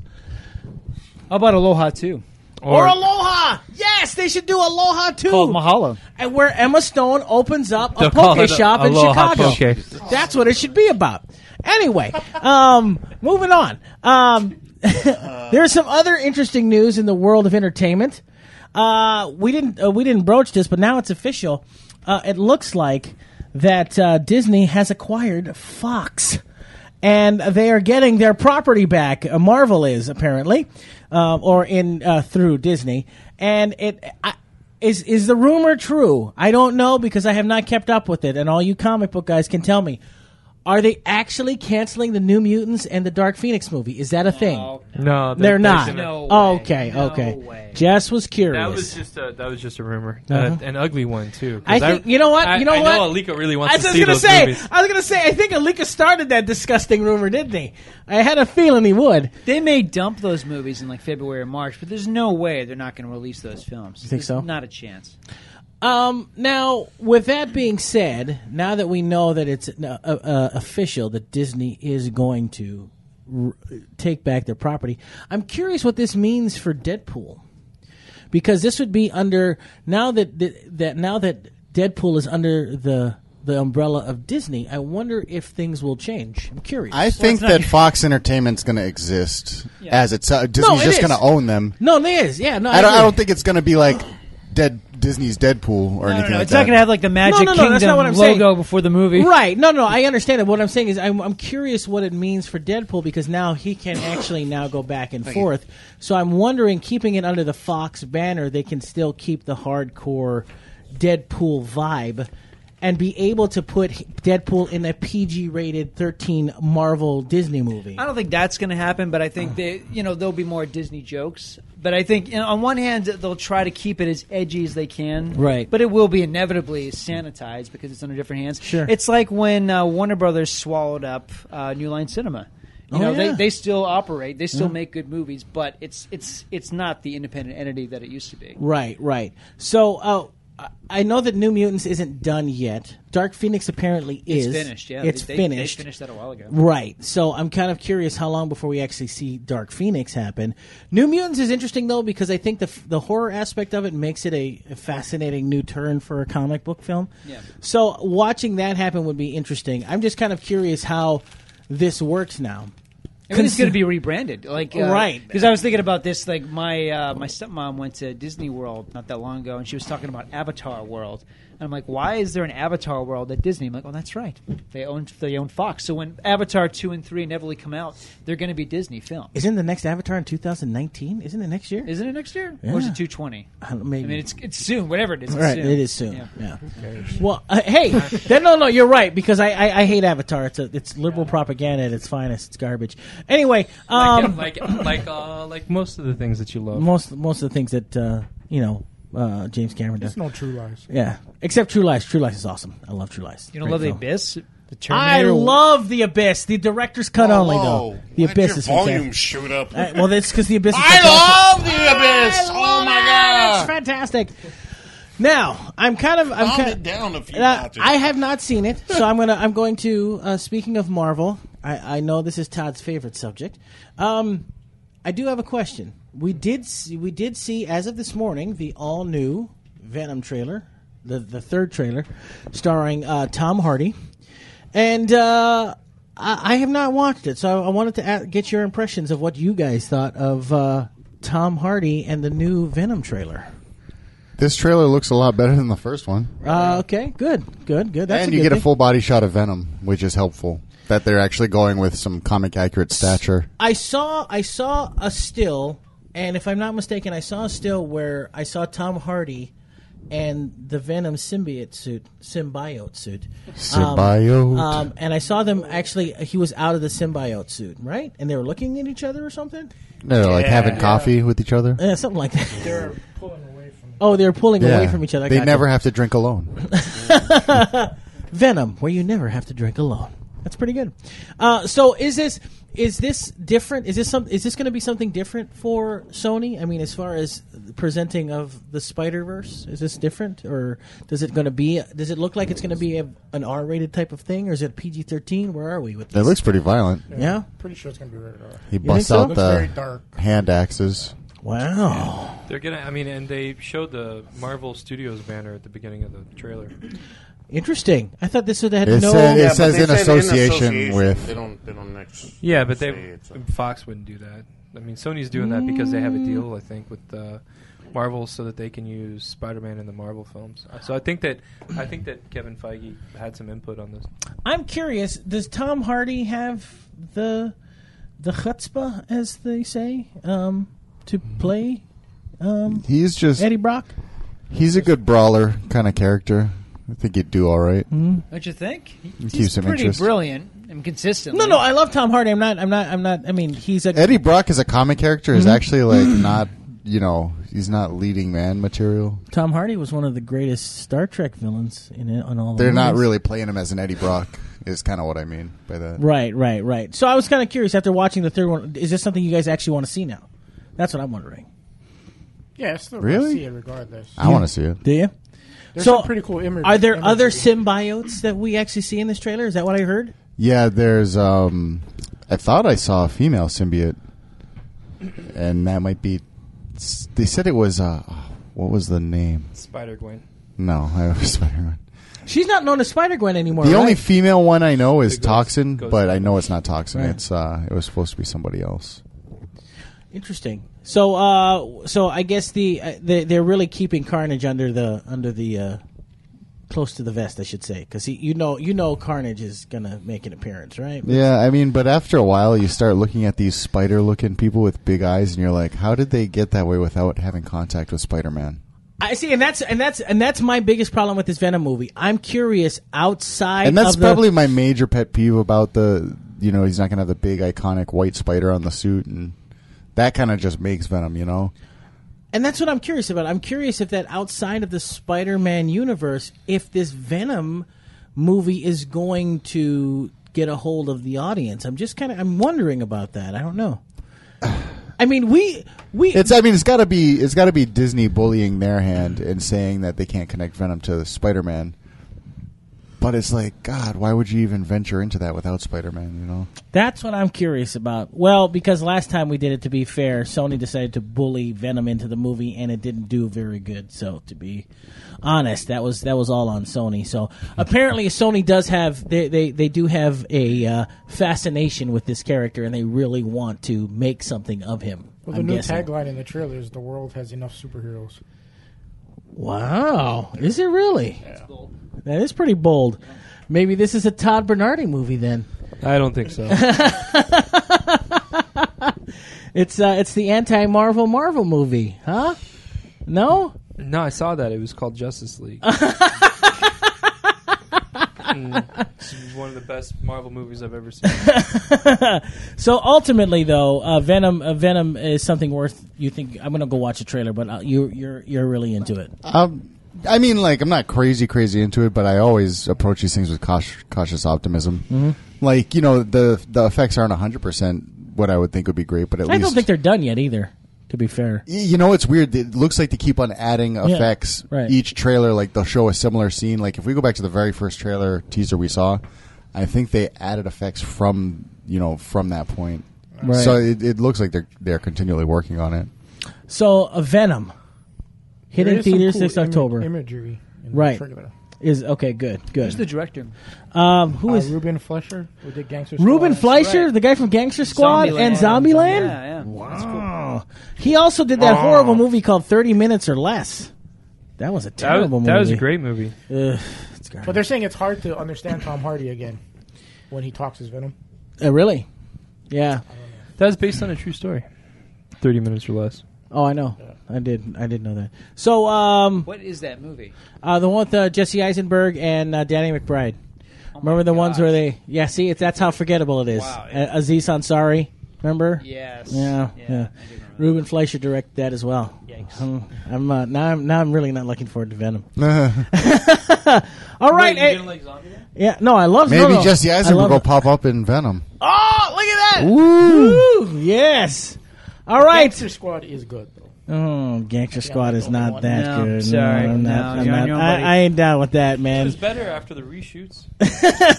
Speaker 9: How about Aloha too?
Speaker 1: Or, Aloha. Yes, they should do Aloha too.
Speaker 9: Called Mahalo.
Speaker 1: and where Emma Stone opens up a
Speaker 2: They'll call
Speaker 1: poke
Speaker 2: it a-
Speaker 1: shop in
Speaker 2: Aloha
Speaker 1: Chicago.
Speaker 2: Poke.
Speaker 1: That's what it should be about. Anyway, um, moving on. Um, there's some other interesting news in the world of entertainment. Uh, we didn't uh, we didn't broach this, but now it's official. Uh, it looks like that uh, Disney has acquired Fox. And they are getting their property back. Uh, Marvel is apparently, uh, or in uh, through Disney, and it. I, is is the rumor true? I don't know because I have not kept up with it, and all you comic book guys can tell me. Are they actually canceling the New Mutants and the Dark Phoenix movie? Is that a thing?
Speaker 2: No,
Speaker 1: They're not.
Speaker 2: pushing it.
Speaker 9: No way.
Speaker 1: okay,
Speaker 9: No
Speaker 1: okay.
Speaker 9: way.
Speaker 1: Jess was curious.
Speaker 2: That was just a that was just a rumor, Uh, an ugly one too. 'cause
Speaker 1: Uh-huh. I think- you know what?
Speaker 2: I,
Speaker 1: You know
Speaker 2: I
Speaker 1: what?
Speaker 2: Know Alika really
Speaker 1: I
Speaker 2: wants
Speaker 1: was just
Speaker 2: to see
Speaker 1: gonna
Speaker 2: those
Speaker 1: say.
Speaker 2: movies.
Speaker 1: I was gonna say. I think Alika started that disgusting rumor, didn't he? I had a feeling he would.
Speaker 9: They may dump those movies in like February or March, but there's no way they're not going to release those films. You
Speaker 1: think so?
Speaker 9: Not a chance.
Speaker 1: Um, now, with that being said, now that we know that it's uh, uh, official that Disney is going to r- take back their property, I'm curious what this means for Deadpool, because this would be under now that that, that now that Deadpool is under the the umbrella of Disney. I wonder if things will change. I'm curious.
Speaker 6: I think that Fox Entertainment's going to exist as it's uh, Disney's
Speaker 1: it
Speaker 6: just
Speaker 1: is.
Speaker 6: going to own them.
Speaker 1: no, there is. Yeah, no,
Speaker 6: I don't, I
Speaker 1: agree.
Speaker 6: don't think it's going to be like dead Disney's Deadpool or
Speaker 9: No, no,
Speaker 6: anything
Speaker 9: no.
Speaker 6: like
Speaker 9: It's
Speaker 6: that.
Speaker 9: not going to have like the Magic
Speaker 1: no, no, that's
Speaker 9: Kingdom
Speaker 1: not what I'm saying.
Speaker 9: logo before the movie.
Speaker 1: Right. No, no, I understand it. What I'm saying is I'm, I'm curious what it means for Deadpool because now he can actually now go back and forth. So I'm wondering, keeping it under the Fox banner, they can still keep the hardcore Deadpool vibe and be able to put Deadpool in a PG rated 13 Marvel Disney movie.
Speaker 9: I don't think that's going to happen, but I think they, you know, there'll be more Disney jokes. But I think, you know, on one hand, they'll try to keep it as edgy as they can,
Speaker 1: Right.
Speaker 9: But it will be inevitably sanitized because it's under different hands.
Speaker 1: Sure.
Speaker 9: It's like when uh, Warner Brothers swallowed up uh, New Line Cinema. You
Speaker 1: Oh,
Speaker 9: know,
Speaker 1: yeah.
Speaker 9: they, they still operate, they still
Speaker 1: Yeah.
Speaker 9: make good movies, but it's it's it's not the independent entity that it used to be.
Speaker 1: Right, right. So, uh, I- I know that New Mutants isn't done yet. Dark Phoenix apparently
Speaker 9: It's
Speaker 1: is.
Speaker 9: finished, yeah.
Speaker 1: It's
Speaker 9: They- they- they
Speaker 1: finished.
Speaker 9: finished that a while ago.
Speaker 1: Right. So I'm kind of curious how long before we actually see Dark Phoenix happen. New Mutants is interesting though because I think the f- the horror aspect of it makes it a, a fascinating new turn for a comic book film.
Speaker 9: Yeah.
Speaker 1: So watching that happen would be interesting. I'm just kind of curious how this works now.
Speaker 9: Everything's
Speaker 1: Consi-
Speaker 9: going to be rebranded, like uh,
Speaker 1: Right.
Speaker 9: Because I was thinking about this, like my uh, my stepmom went to Disney World not that long ago, and she was talking about Avatar World, and I'm like, why is there an Avatar World at Disney? I'm like, well, that's right, they own they own Fox, so when Avatar two and three inevitably come out, they're going to be Disney films.
Speaker 1: Isn't the next Avatar in 2019? Isn't it next year?
Speaker 9: Isn't it next year? Or is
Speaker 1: Yeah.
Speaker 9: it two twenty?
Speaker 1: I don't- maybe.
Speaker 9: I mean, it's it's soon. Whatever it is, it's
Speaker 1: right,
Speaker 9: soon.
Speaker 1: it is soon.
Speaker 9: Yeah.
Speaker 1: Yeah. Well, uh, hey, then, no, no, you're right because I, I, I hate Avatar. It's a, it's liberal propaganda at its finest. It's garbage. Anyway, um,
Speaker 2: like like like, uh, like most of the things that you love.
Speaker 1: most most of the things that uh, you know uh, James Cameron does.
Speaker 4: It's no True Lies.
Speaker 1: Yeah, except True Lies. True Lies is awesome. I love True Lies.
Speaker 9: You don't
Speaker 1: Great
Speaker 9: love the
Speaker 1: film.
Speaker 9: Abyss, the
Speaker 1: I
Speaker 9: Terminator.
Speaker 1: love the Abyss. The director's cut
Speaker 3: Whoa,
Speaker 1: only
Speaker 3: whoa.
Speaker 1: though. The
Speaker 3: Why'd
Speaker 1: Abyss
Speaker 3: your
Speaker 1: is Uh,
Speaker 3: volume
Speaker 1: fantastic.
Speaker 3: shoot up.
Speaker 1: All right, well, that's because the Abyss. Is
Speaker 3: I
Speaker 1: fantastic.
Speaker 3: love the
Speaker 1: I
Speaker 3: abyss. oh
Speaker 1: love
Speaker 3: my
Speaker 1: it.
Speaker 3: god!
Speaker 1: it's fantastic. Now I'm kind of I'm
Speaker 3: Calm
Speaker 1: kind
Speaker 3: it down a few
Speaker 1: And I-
Speaker 3: notches.
Speaker 1: I have not seen it, so I'm gonna. I'm going to. Uh, speaking of Marvel, I, I know this is Todd's favorite subject. Um, I do have a question. We did see, we did see as of this morning the all new Venom trailer, the the third trailer, starring uh, Tom Hardy, and uh, I, I have not watched it, so I wanted to a get your impressions of what you guys thought of uh, Tom Hardy and the new Venom trailer.
Speaker 6: This trailer looks a lot better than the first one.
Speaker 1: Uh, okay, good, good, good. That's
Speaker 6: and
Speaker 1: a
Speaker 6: you
Speaker 1: good
Speaker 6: get a
Speaker 1: thing.
Speaker 6: full body shot of Venom, which is helpful. That they're actually going with some comic accurate stature.
Speaker 1: I saw I saw a still, and if I'm not mistaken, I saw a still where I saw Tom Hardy and the Venom symbiote suit, symbiote suit, Um,
Speaker 6: Symbiote.
Speaker 1: um, and I saw them actually. He was out of the symbiote suit, right? And they were looking at each other or something,
Speaker 6: They're like having coffee with each other.
Speaker 1: yeah, something like that.
Speaker 4: They're pulling away from
Speaker 1: oh, they were pulling
Speaker 6: Yeah.
Speaker 1: away from each other. I
Speaker 6: They
Speaker 1: got
Speaker 6: never
Speaker 1: you.
Speaker 6: have to drink alone.
Speaker 1: Venom, where you never have to drink alone. That's pretty good. Uh, so is this is this different? Is this some? Is this going to be something different for Sony? I mean, as far as the presenting of the Spider Verse, is this different, or does it going to be? Does it look like it's going to be a, an R rated type of thing, or is it PG thirteen? Where are we with
Speaker 6: It
Speaker 1: this?
Speaker 6: looks pretty violent.
Speaker 1: yeah.
Speaker 4: Pretty sure it's going to be rated R.
Speaker 6: He busts
Speaker 1: so?
Speaker 6: out
Speaker 4: Looks very
Speaker 6: the
Speaker 4: dark.
Speaker 6: hand axes.
Speaker 1: Wow.
Speaker 2: They're gonna. I mean, and they showed the Marvel Studios banner at the beginning of the trailer.
Speaker 1: Interesting. I thought this would have
Speaker 6: It
Speaker 1: had no.
Speaker 6: said-
Speaker 3: Yeah,
Speaker 6: it
Speaker 3: but
Speaker 6: says
Speaker 3: they
Speaker 6: in
Speaker 3: said
Speaker 6: association with-
Speaker 3: They don't. They don't next.
Speaker 2: Yeah, but
Speaker 3: say
Speaker 2: they
Speaker 3: it's a-
Speaker 2: Fox wouldn't do that. I mean, Sony's doing that because they have a deal, I think, with uh, Marvel, so that they can use Spider-Man in the Marvel films. Uh, So I think that I think that Kevin Feige had some input on this.
Speaker 1: I'm curious. Does Tom Hardy have the the chutzpah, as they say, um, to play um,
Speaker 6: He's just
Speaker 1: Eddie Brock?
Speaker 6: he's a good brawler kind of character. I think he'd do all right.
Speaker 1: Mm-hmm.
Speaker 9: Don't you think? He's
Speaker 6: keeps him
Speaker 9: pretty
Speaker 6: interest.
Speaker 9: brilliant and consistent.
Speaker 1: No, no. I love Tom Hardy. I'm not. I'm not. I'm not. I mean, he's a.
Speaker 6: Eddie Brock as a comic character
Speaker 1: Mm-hmm.
Speaker 6: is actually like not you know he's not leading man material.
Speaker 1: Tom Hardy was one of the greatest Star Trek villains in it, on all. The
Speaker 6: They're not
Speaker 1: movies.
Speaker 6: really playing him as an Eddie Brock. Is kind of what I mean by that.
Speaker 1: Right, right, right. So I was kind of curious after watching the third one. Is this something you guys actually want to see now? That's what I'm wondering.
Speaker 4: Yeah, it's still
Speaker 6: Really?
Speaker 4: gonna see it regardless.
Speaker 6: I want to see it.
Speaker 1: Do you?
Speaker 4: There's
Speaker 1: So,
Speaker 4: some pretty cool images.
Speaker 1: Are there other symbiotes that we actually see in this trailer? Is that what I heard?
Speaker 6: Yeah, there's. um I thought I saw a female symbiote, and that might be. They said it was. uh What was the name?
Speaker 2: Spider Gwen.
Speaker 6: No, I was Spider-Man.
Speaker 1: She's not known as Spider Gwen anymore.
Speaker 6: The
Speaker 1: right?
Speaker 6: only female one I know is
Speaker 2: The ghost-
Speaker 6: Toxin,
Speaker 2: ghost
Speaker 6: but I
Speaker 2: spider.
Speaker 6: know it's not Toxin.
Speaker 1: Right.
Speaker 6: It's uh, it was supposed to be somebody else.
Speaker 1: Interesting. So, uh, so I guess the uh, they, they're really keeping Carnage under the under the uh, close to the vest, I should say, because you know you know Carnage is gonna make an appearance, right?
Speaker 6: Yeah, I mean, but after a while, you start looking at these spider-looking people with big eyes, and you're like, how did they get that way without having contact with Spider-Man?
Speaker 1: I see, and that's and that's and that's my biggest problem with this Venom movie. I'm curious outside,
Speaker 6: And that's
Speaker 1: of the-
Speaker 6: probably my major pet peeve about the, you know, he's not gonna have the big iconic white spider on the suit, and That kind of just makes Venom, you know.
Speaker 1: And that's what I'm curious about. I'm curious if that outside of the Spider-Man universe, if this Venom movie is going to get a hold of the audience. I'm just kind of I'm wondering about that. I don't know. I mean, we we
Speaker 6: It's I mean it's got to be it's got to be Disney bullying their hand and saying that they can't connect Venom to Spider-Man. But it's like God, why would you even venture into that without Spider-Man? You know.
Speaker 1: that's what I'm curious about. Well, because last time we did it to be fair, Sony decided to bully Venom into the movie and it didn't do very good. So, to be honest, that was that was all on Sony. So, apparently Sony does have they they, they do have a uh, fascination with this character and they really want to make something of him.
Speaker 4: Well, the
Speaker 1: I'm
Speaker 4: new
Speaker 1: guessing.
Speaker 4: tagline in the trailer is "The world has enough superheroes."
Speaker 1: Wow. Is it really? That is pretty bold. Maybe this is a Todd Bernardi movie then.
Speaker 2: I don't think so.
Speaker 1: it's uh, it's the anti Marvel Marvel movie, huh? No?
Speaker 2: No, I saw that. It was called Justice League. And it's one of the best Marvel movies I've ever seen.
Speaker 1: so ultimately, though, uh, Venom uh, Venom is something worth. You think I'm gonna go watch a trailer, but uh, you you're you're really into it.
Speaker 6: Um, I mean, like I'm not crazy, crazy into it, but I always approach these things with cautious, cautious optimism.
Speaker 1: Mhm.
Speaker 6: Like you know, the the effects aren't 100 percent what I would think would be great, but at
Speaker 1: I
Speaker 6: least
Speaker 1: don't think they're done yet either. To be fair,
Speaker 6: Y- You know, it's weird. It looks like they keep on adding effects.
Speaker 1: right.
Speaker 6: Each trailer, like they'll show a similar scene. Like if we go back to the very first trailer teaser we saw, I think they added effects from you know from that point.
Speaker 1: Right.
Speaker 6: So it, it looks like they're they're continually working on it.
Speaker 1: so uh, Venom
Speaker 4: There
Speaker 1: hitting
Speaker 4: is some
Speaker 1: theaters
Speaker 4: cool
Speaker 1: next
Speaker 4: imi-
Speaker 1: October.
Speaker 4: imagery in the
Speaker 1: right
Speaker 4: trailer.
Speaker 1: is okay. Good. Good.
Speaker 9: Who's the director?
Speaker 1: um, who
Speaker 4: Uh,
Speaker 1: is
Speaker 4: Ruben Fleischer? Who did Gangster?
Speaker 1: Ruben
Speaker 4: Squad?
Speaker 1: Fleischer, the guy from Gangster Squad and Zombieland.
Speaker 9: Yeah, yeah. That's cool.
Speaker 1: Oh, he also did that horrible movie called Thirty Minutes or Less. That was a
Speaker 2: That
Speaker 1: terrible
Speaker 2: was, that was a
Speaker 1: movie.
Speaker 2: great movie.
Speaker 1: Ugh, it's garbage.
Speaker 4: But they're saying it's hard to understand Tom Hardy again when he talks as Venom.
Speaker 1: Uh, really? Yeah.
Speaker 2: That was based on a true story. 30 minutes or less.
Speaker 1: Oh, I know. I did. I did know that. So, um,
Speaker 9: What is that movie?
Speaker 1: uh, the one with uh, Jesse Eisenberg and uh, Danny McBride. Remember the ones where they? Yeah. See, it's that's how forgettable it is.
Speaker 9: Oh Wow,
Speaker 1: A- Aziz Ansari. Remember?
Speaker 9: Yes.
Speaker 1: Yeah,
Speaker 9: Yeah.
Speaker 1: yeah.
Speaker 9: I do remember that.
Speaker 1: Ruben Fleischer directed that as well.
Speaker 9: Yikes.
Speaker 1: Um, I'm uh, now. I'm now. I'm really not looking forward to Venom.
Speaker 6: Maybe
Speaker 1: All right.
Speaker 9: Wait, you
Speaker 1: eh,
Speaker 9: didn't like Zombieland?
Speaker 1: yeah. No, I love. no, no,
Speaker 6: Jesse
Speaker 1: I
Speaker 6: Eisenberg
Speaker 1: love
Speaker 6: will
Speaker 1: it.
Speaker 6: pop up in Venom.
Speaker 1: Oh, look at that! Ooh, yes. All right.
Speaker 4: Gangster Squad is good though.
Speaker 1: Oh, Gangster Squad is not that
Speaker 9: No,
Speaker 1: good.
Speaker 9: sorry.
Speaker 1: no, I'm
Speaker 9: No,
Speaker 1: not. I'm
Speaker 9: you're on
Speaker 1: not-
Speaker 9: your own,
Speaker 1: I,
Speaker 9: buddy.
Speaker 1: I ain't down with that,
Speaker 2: It
Speaker 1: man.
Speaker 2: was better after the reshoots.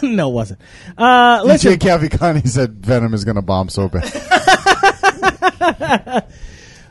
Speaker 1: no, it wasn't. Uh,
Speaker 6: DJ
Speaker 1: listen,
Speaker 6: Cavalcante said Venom is going to bomb so bad.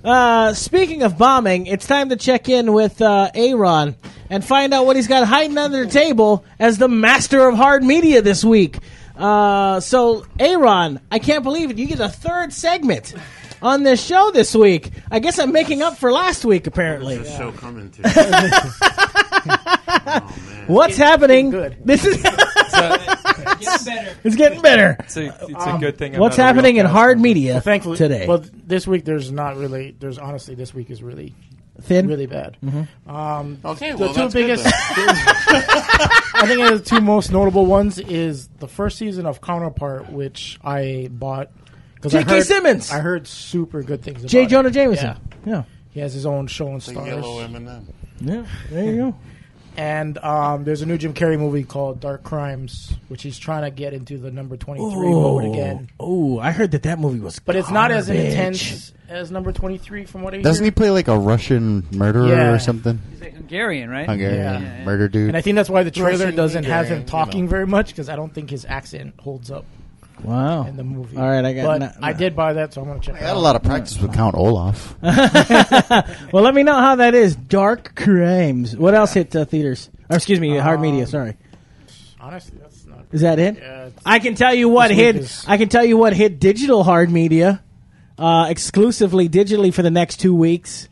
Speaker 1: uh, speaking of bombing, it's time to check in with uh, Aaron and find out what he's got hiding under the table as the master of hard media this week. Uh, so, Aaron, I can't believe it. You get a third segment on this show this week. I guess I'm making up for last week, apparently.
Speaker 3: This show coming to. Oh,
Speaker 1: What's happening?
Speaker 4: getting good.
Speaker 1: This is
Speaker 9: It's better.
Speaker 1: it's getting better.
Speaker 2: It's a, it's a good thing.
Speaker 1: Um,
Speaker 2: I'm
Speaker 1: What's
Speaker 2: not a real
Speaker 1: happening in
Speaker 2: cast
Speaker 1: hard
Speaker 2: member.
Speaker 1: media
Speaker 4: Thankfully,
Speaker 1: today?
Speaker 4: Well, this week there's not really. There's honestly this week is really
Speaker 1: Thin.
Speaker 4: really bad.
Speaker 1: Mm-hmm.
Speaker 4: Um,
Speaker 3: Okay,
Speaker 4: the
Speaker 3: well,
Speaker 4: two
Speaker 3: that's good
Speaker 4: biggest.
Speaker 3: then.
Speaker 4: I think the two most notable ones is the first season of Counterpart, which I bought. 'cause I
Speaker 1: J.K.
Speaker 4: heard-
Speaker 1: Simmons.
Speaker 4: I heard super good things. about
Speaker 1: J.
Speaker 4: it.
Speaker 1: Jonah Jameson.
Speaker 4: Yeah.
Speaker 1: Yeah.
Speaker 4: He has his own show on
Speaker 3: The
Speaker 4: Stars.
Speaker 3: yellow M&M.
Speaker 1: Yeah. There you go.
Speaker 4: And um, there's a new Jim Carrey movie called Dark Crimes, which he's trying to get into the number 23 mode again.
Speaker 1: Oh, I heard that that movie was.
Speaker 4: But it's not as
Speaker 1: garbage.
Speaker 4: intense as number 23 from what I
Speaker 6: Doesn't he
Speaker 4: hear.
Speaker 6: play like a Russian murderer
Speaker 4: Yeah.
Speaker 6: or something?
Speaker 9: He's like Hungarian, right?
Speaker 6: Hungarian
Speaker 4: Yeah. Yeah,
Speaker 9: yeah.
Speaker 6: murder dude.
Speaker 4: And I think that's why the trailer
Speaker 3: Russian
Speaker 4: doesn't have
Speaker 3: gang,
Speaker 4: him
Speaker 3: you
Speaker 4: talking
Speaker 3: know.
Speaker 4: very much because I don't think his accent holds up
Speaker 1: Wow.
Speaker 4: in the movie.
Speaker 1: All right, I got.
Speaker 4: But
Speaker 1: no- no.
Speaker 4: I did buy that, so I'm gonna check.
Speaker 6: I
Speaker 4: it
Speaker 6: had a
Speaker 4: out.
Speaker 6: lot of practice with Count Olaf.
Speaker 1: Well, let me know how that is. Dark Crimes. What else hit uh, theaters? Or excuse me, hard media.
Speaker 4: Um,
Speaker 1: Sorry.
Speaker 4: Honestly, that's not.
Speaker 1: Is that it?
Speaker 4: Yeah, it's-
Speaker 1: I can tell you what
Speaker 4: This week
Speaker 1: hit.
Speaker 4: is-
Speaker 1: I can tell you what hit digital hard media, uh, exclusively digitally for the next two weeks,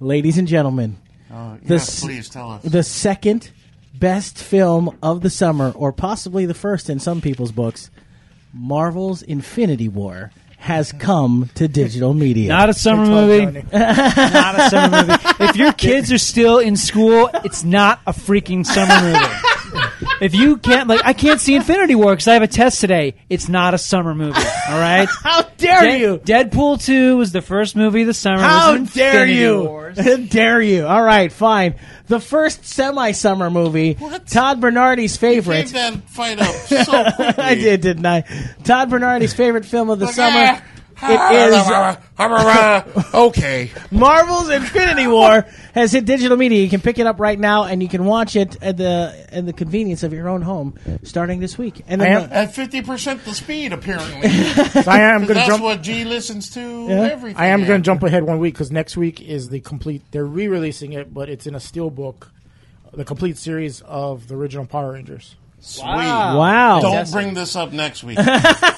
Speaker 1: ladies and gentlemen.
Speaker 3: Oh, yes,
Speaker 1: This-
Speaker 3: please tell us.
Speaker 1: the second best film of the summer, or possibly the first in some people's books, Marvel's Infinity War has come to digital media.
Speaker 9: Not a summer
Speaker 4: It's all
Speaker 9: movie.
Speaker 4: Johnny.
Speaker 9: Not a summer movie. If your kids are still in school, it's not a freaking summer movie. if you can't, like, I can't see Infinity War because I have a test today. It's not a summer movie. All right? How
Speaker 1: dare you?
Speaker 9: Deadpool two was the first movie of the summer. It was
Speaker 1: How
Speaker 9: Infinity
Speaker 1: dare you?
Speaker 9: War.
Speaker 1: How dare you? All right, fine. The first semi-summer movie, Todd Bernardi's favorite.
Speaker 3: Gave that fight up so quickly.
Speaker 1: I did, didn't I? Todd Bernardi's favorite film of the summer. It
Speaker 3: is okay.
Speaker 1: Marvel's Infinity War has hit digital media. You can pick it up right now, and you can watch it at the at the convenience of your own home starting this week. And
Speaker 3: I
Speaker 1: then
Speaker 3: am at fifty percent the speed, apparently.
Speaker 4: I am gonna
Speaker 3: That's
Speaker 4: jump-
Speaker 3: what G listens to.
Speaker 4: Yeah.
Speaker 3: Everything.
Speaker 4: I am going
Speaker 3: at.
Speaker 4: to jump ahead one week because next week is the complete. They're re-releasing it, but it's in a steelbook, the complete series of the original Power Rangers.
Speaker 3: Sweet.
Speaker 1: Wow.
Speaker 3: Don't
Speaker 1: Fantastic.
Speaker 3: bring this up next week.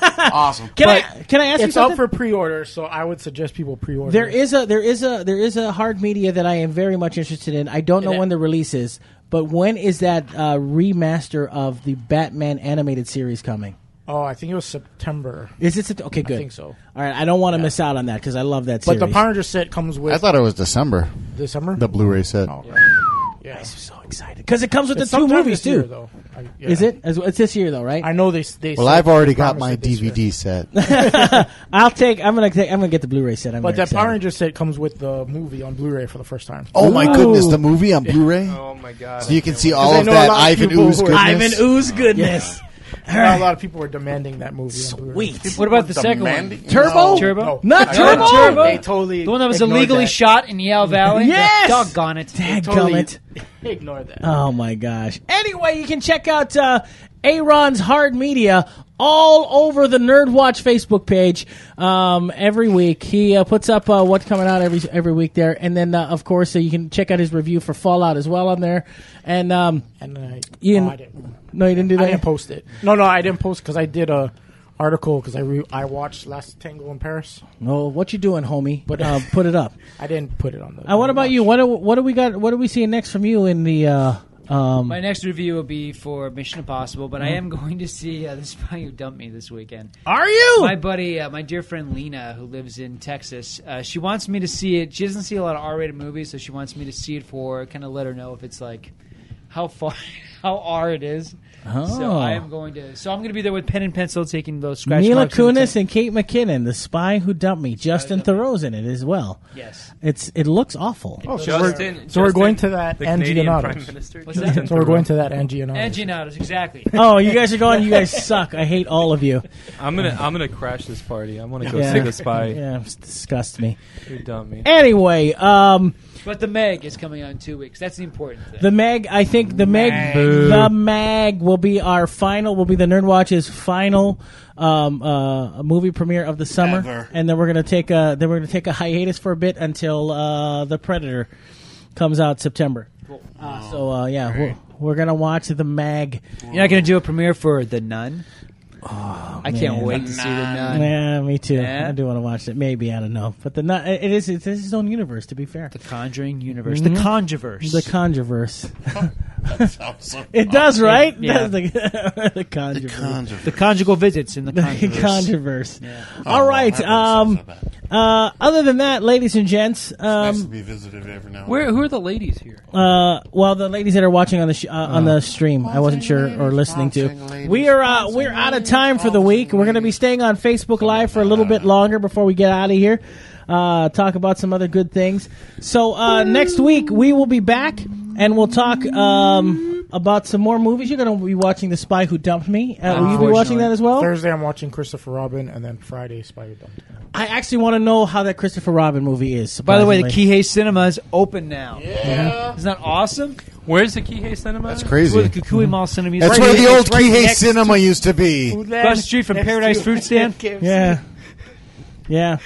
Speaker 3: awesome.
Speaker 4: But
Speaker 1: can I ask you
Speaker 4: It's out
Speaker 1: something?
Speaker 4: for pre-order, so I would suggest people pre-order.
Speaker 1: There
Speaker 4: it.
Speaker 1: is a there is a there is a hard media that I am very much interested in. I don't know
Speaker 4: Yeah.
Speaker 1: when the release is, but when is that uh, remaster of the Batman animated series coming?
Speaker 4: Oh, I think it was September.
Speaker 1: Is it Sept- okay?
Speaker 4: I
Speaker 1: Good.
Speaker 4: think so.
Speaker 1: All right, I don't want to miss out on that because I love that
Speaker 4: But
Speaker 1: series.
Speaker 4: the Power Ranger set comes with.
Speaker 6: I thought it was December.
Speaker 4: December?
Speaker 6: The Oh, Blu-ray set.
Speaker 4: Yeah. I'm
Speaker 1: so excited because it comes with
Speaker 4: It's
Speaker 1: the two
Speaker 4: sometime
Speaker 1: movies
Speaker 4: this year,
Speaker 1: too.
Speaker 4: though. I- yeah.
Speaker 1: Is it? As- It's this year though, right?
Speaker 4: I know they. they
Speaker 6: Well,
Speaker 4: said
Speaker 6: I've
Speaker 4: they
Speaker 6: already got
Speaker 4: promised
Speaker 6: my
Speaker 4: it this year.
Speaker 6: DVD set.
Speaker 1: I'll take. I'm gonna take. I'm gonna get the Blu-ray set. I'm
Speaker 4: But
Speaker 1: very
Speaker 4: that
Speaker 1: excited.
Speaker 4: Power Ranger set comes with the movie on Blu-ray for the first time.
Speaker 6: Oh my goodness, the movie on Blu-ray.
Speaker 2: Oh my god!
Speaker 6: So you can see
Speaker 4: Because
Speaker 6: all
Speaker 4: I
Speaker 6: of
Speaker 4: know a
Speaker 6: that
Speaker 4: lot of
Speaker 6: Ivan
Speaker 4: people
Speaker 6: Ooze
Speaker 4: who are-
Speaker 6: goodness.
Speaker 1: Ivan Ooze goodness.
Speaker 4: Yeah. A lot of people were demanding that movie. Sweet.
Speaker 9: What about the second one?
Speaker 3: Demanding-
Speaker 1: Turbo?
Speaker 3: No.
Speaker 9: Turbo?
Speaker 4: No.
Speaker 1: Not
Speaker 4: I
Speaker 1: Turbo?
Speaker 4: know.
Speaker 9: Turbo?
Speaker 4: They totally
Speaker 9: The one that was
Speaker 4: ignored
Speaker 9: illegally
Speaker 4: that.
Speaker 9: shot in Yale Valley?
Speaker 1: Yes!
Speaker 9: Doggone it.
Speaker 1: Dadgummit.
Speaker 4: Ignore that.
Speaker 1: Oh my gosh. Anyway, you can check out uh, Aaron's Hard Media all over the Nerd Watch Facebook page um, every week. He uh, puts up uh, what's coming out every every week there, and then uh, of course uh, you can check out his review for Fallout as well on there. And um,
Speaker 4: And I,
Speaker 1: you didn't,
Speaker 4: no, I didn't.
Speaker 1: no, you didn't do
Speaker 4: I
Speaker 1: that.
Speaker 4: didn't post it. No, no, I didn't post because I did a article because I re- I watched Last Tango in Paris.
Speaker 1: No, what you doing, homie? But
Speaker 4: But-
Speaker 1: uh, put it up.
Speaker 4: I didn't put it on the.
Speaker 1: Uh, what about you? What do, what do we got? What do we see next from you in the? Uh, um,
Speaker 9: My next review will be for Mission Impossible, but I
Speaker 1: Mm-hmm.
Speaker 9: am going to see uh, this guy who dumped me this weekend.
Speaker 1: are you?
Speaker 9: My buddy, uh, my dear friend Lena, who lives in Texas, uh, she wants me to see it. She doesn't see a lot of R-rated movies, so she wants me to see it for her, kind of let her know if it's like how far, how R it is. So
Speaker 1: Oh.
Speaker 9: I am going to. So I'm going to be there with pen and pencil, taking those scratch
Speaker 1: Mila
Speaker 9: marks. on the
Speaker 1: Kunis and Kate McKinnon, the spy who dumped me. Justin Thoreau's in it as well.
Speaker 9: tape. Yes.
Speaker 1: It's it looks awful.
Speaker 4: Oh, so we're,
Speaker 2: Justin,
Speaker 4: so we're
Speaker 2: Justin,
Speaker 4: going to that
Speaker 2: the
Speaker 4: and
Speaker 2: Canadian
Speaker 4: Gianotto's.
Speaker 2: Prime Minister.
Speaker 9: What's that?
Speaker 4: So we're going to that and Gianotto's.
Speaker 9: And Gianotto's, exactly.
Speaker 1: Oh, you guys are going. You guys suck. I hate all of you.
Speaker 2: I'm gonna I'm gonna crash this party. I'm gonna go
Speaker 1: Yeah.
Speaker 2: see the spy.
Speaker 1: Yeah, it disgusts me.
Speaker 2: You dumb me.
Speaker 1: Anyway, um,
Speaker 9: But the Meg is coming out in two weeks. That's the important thing.
Speaker 1: the Meg. I think the Meg.
Speaker 2: Boo.
Speaker 1: The Mag will be our final. Will be the Nerd Watch's final um, uh, movie premiere of the summer,
Speaker 3: Ever.
Speaker 1: and then we're gonna take a then we're gonna take a hiatus for a bit until uh, the Predator comes out September. Uh, so uh, yeah, we're, we're gonna watch the Mag.
Speaker 9: You're not going to do a premiere for The Nun?
Speaker 6: Oh,
Speaker 9: I can't
Speaker 1: man.
Speaker 9: wait to see The Nun.
Speaker 1: Yeah, me too.
Speaker 9: Yeah?
Speaker 1: I do want to watch it. Maybe I don't know, but the not, it is it's his own universe. To be fair,
Speaker 9: The Conjuring universe.
Speaker 1: Mhm.
Speaker 9: The
Speaker 6: Mm-hmm.
Speaker 9: Conjuverse.
Speaker 1: the Conjuverse.
Speaker 3: Awesome.
Speaker 1: It does, right?
Speaker 9: Oh, Yeah.
Speaker 1: Does the, the Conjuverse.
Speaker 3: Conjured.
Speaker 9: the conjugal visits in the
Speaker 1: The
Speaker 9: Conjuverse.
Speaker 1: Conjuverse.
Speaker 3: Oh,
Speaker 1: All
Speaker 3: well,
Speaker 1: right.
Speaker 3: that
Speaker 1: Um,
Speaker 3: makes sense,
Speaker 1: uh, other than that, ladies and gents,
Speaker 3: Nice to
Speaker 1: um,
Speaker 3: be visited every now. and
Speaker 2: Where
Speaker 3: then.
Speaker 2: who are the ladies here?
Speaker 1: uh, well, the ladies that are watching on the sh- uh, on the stream, I wasn't sure or listening
Speaker 3: Watching
Speaker 1: to.
Speaker 3: ladies,
Speaker 1: We are uh,
Speaker 3: watching
Speaker 1: we're out of
Speaker 3: ladies,
Speaker 1: time for the
Speaker 3: watching
Speaker 1: week. We're going to be
Speaker 3: ladies.
Speaker 1: staying on Facebook Live for a little bit longer before we get out of here. Uh, talk about some other good things. So uh, next week we will be back and we'll talk um, about some more movies. You're going to be watching The Spy Who Dumped Me. Uh, will you be watching that as well?
Speaker 4: Thursday I'm watching Christopher Robin, and then Friday Spider Dump.
Speaker 1: I actually want to know how that Christopher Robin movie is.
Speaker 9: By the way, the
Speaker 1: surprisingly.
Speaker 9: Kihei Cinema is open now. Isn't that awesome?
Speaker 2: Where's the Kihei Cinema?
Speaker 6: That's
Speaker 9: It's where the
Speaker 6: crazy.
Speaker 9: Kukui Mall Cinema is.
Speaker 6: That's
Speaker 9: Right
Speaker 6: where
Speaker 9: here.
Speaker 6: the old
Speaker 9: It's right
Speaker 6: Kihei
Speaker 9: next-
Speaker 6: Cinema used to be.
Speaker 9: Across the street from Paradise Fruit Stand.
Speaker 1: yeah, yeah.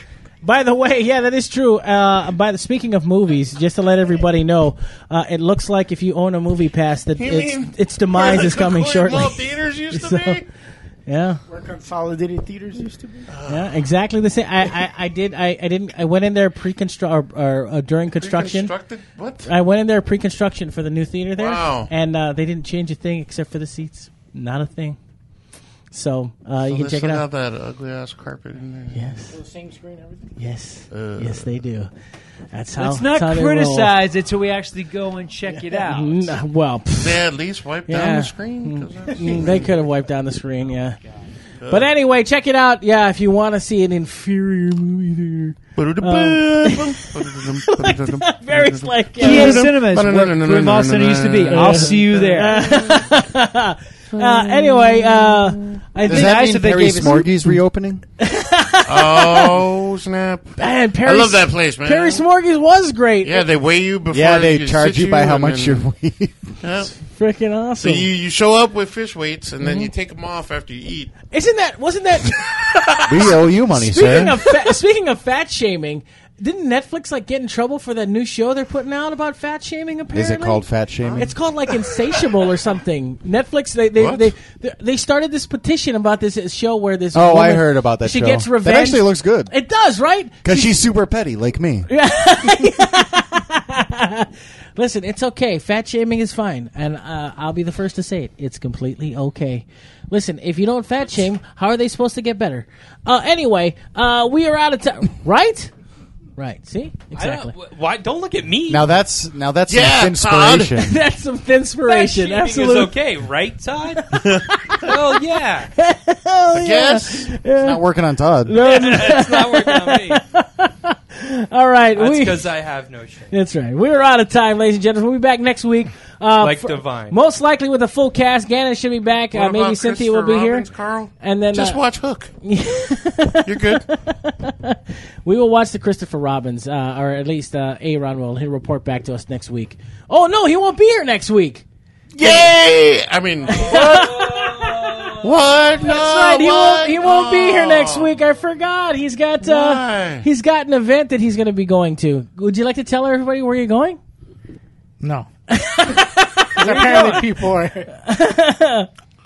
Speaker 1: By the way, yeah, that is true. Uh, by the speaking of movies, just to let everybody know, uh, it looks like if you own a movie pass, that
Speaker 3: You mean
Speaker 1: its, its demise is coming shortly.
Speaker 3: Little theaters used to
Speaker 1: So-
Speaker 3: be.
Speaker 1: Yeah,
Speaker 4: Where consolidated theaters used to be.
Speaker 1: yeah, exactly the same. I, I, I did, I, I didn't, I went in there pre-construct or, or uh, during construction.
Speaker 3: Constructed. What?
Speaker 1: I went in there pre-construction for the new theater there,
Speaker 3: Wow.
Speaker 1: and uh, they didn't change a thing except for the seats. Not a thing. So, uh,
Speaker 3: So
Speaker 1: you can
Speaker 3: they
Speaker 1: check it
Speaker 3: still
Speaker 1: out.
Speaker 3: Got that ugly ass carpet in there.
Speaker 1: Yes.
Speaker 4: The same screen, everything.
Speaker 1: Yes.
Speaker 3: Uh.
Speaker 1: yes, they do. That's how.
Speaker 9: Let's not
Speaker 1: that's how they roll.
Speaker 9: criticize it till we actually go and check it out.
Speaker 1: N- well, pff.
Speaker 3: They at least wiped down the screen? 'Cause
Speaker 1: Mm.
Speaker 3: that's-
Speaker 1: Mm, they could have wiped down the screen, yeah. but anyway, check it out. Yeah, if you want to see an inferior movie theater. Um, like that, very slick.
Speaker 9: Key Cinemas, where Grim Boston used to be. I'll see you there.
Speaker 1: uh, anyway, uh, I
Speaker 6: Does
Speaker 1: think
Speaker 6: that mean Perry Smorgie's reopening?
Speaker 3: oh snap!
Speaker 1: Man, Perry,
Speaker 3: I love that place, man.
Speaker 1: Perry Smorgies was great.
Speaker 3: yeah, they weigh you before.
Speaker 6: Yeah, they
Speaker 3: you
Speaker 6: charge
Speaker 3: sit
Speaker 6: you by how
Speaker 3: and then-
Speaker 6: much you're weighing.
Speaker 3: Yeah.
Speaker 1: freaking
Speaker 3: So
Speaker 1: awesome.
Speaker 3: you, you show up with fish weights and
Speaker 6: Mm-hmm.
Speaker 3: then you take them off after you eat.
Speaker 1: Isn't that? Wasn't that?
Speaker 6: we owe you money,
Speaker 1: Speaking
Speaker 6: sir.
Speaker 1: of fa- speaking of fat shaming, didn't Netflix like get in trouble for that new show they're putting out about fat shaming? Apparently,
Speaker 6: Is it called fat shaming?
Speaker 1: It's called like Insatiable or something. Netflix they they,
Speaker 6: What?
Speaker 1: they they they started this petition about this show where this.
Speaker 6: Oh, I
Speaker 1: woman-
Speaker 6: heard about that
Speaker 1: She
Speaker 6: show.
Speaker 1: gets
Speaker 6: That
Speaker 1: revenge.
Speaker 6: actually looks good.
Speaker 1: It does, right?
Speaker 6: Because she's super petty, like me.
Speaker 1: Listen, it's okay. Fat shaming is fine, and uh, I'll be the first to say it. It's completely okay. Listen, if you don't fat shame, how are they supposed to get better? Uh, anyway, uh, we are out of time, right? Right. See exactly.
Speaker 2: Why? Don't look at me.
Speaker 6: Now that's now that's some
Speaker 2: Yeah, Todd.
Speaker 6: inspiration.
Speaker 1: That's some inspiration.
Speaker 2: Fat shaming
Speaker 1: Absolutely.
Speaker 2: is okay, right, Todd? Hell yeah.
Speaker 6: Oh,
Speaker 1: Hell yeah.
Speaker 3: Yes.
Speaker 6: It's not working on Todd.
Speaker 1: No, no.
Speaker 2: it's not working on me.
Speaker 1: All right,
Speaker 2: That's
Speaker 1: we-
Speaker 2: because I have no shame.
Speaker 1: That's right. We're out of time, ladies and gentlemen. We'll be back next week. Uh,
Speaker 2: Like
Speaker 1: fr-
Speaker 2: Divine.
Speaker 1: Most likely with a full cast. Gannon should be back.
Speaker 3: What
Speaker 1: Uh, maybe
Speaker 3: about
Speaker 1: Cynthia will be
Speaker 3: Christopher
Speaker 1: here.
Speaker 3: Robin's, Carl?
Speaker 1: And then
Speaker 3: Just
Speaker 1: uh,
Speaker 3: watch Hook. You're good.
Speaker 1: we will watch the Christopher Robbins, uh, or at least uh, Aaron will. He'll report back to us next week. Oh no, he won't be here next week.
Speaker 3: Yay! I mean, what? what?
Speaker 1: That's
Speaker 3: No,
Speaker 1: right. He won't. He
Speaker 3: what?
Speaker 1: won't be here
Speaker 3: Oh.
Speaker 1: next week. I forgot. He's got. Uh,
Speaker 3: Why?
Speaker 1: he's got an event that he's going to be going to. Would you like to tell everybody where you're going?
Speaker 4: No. 'Cause apparently people are.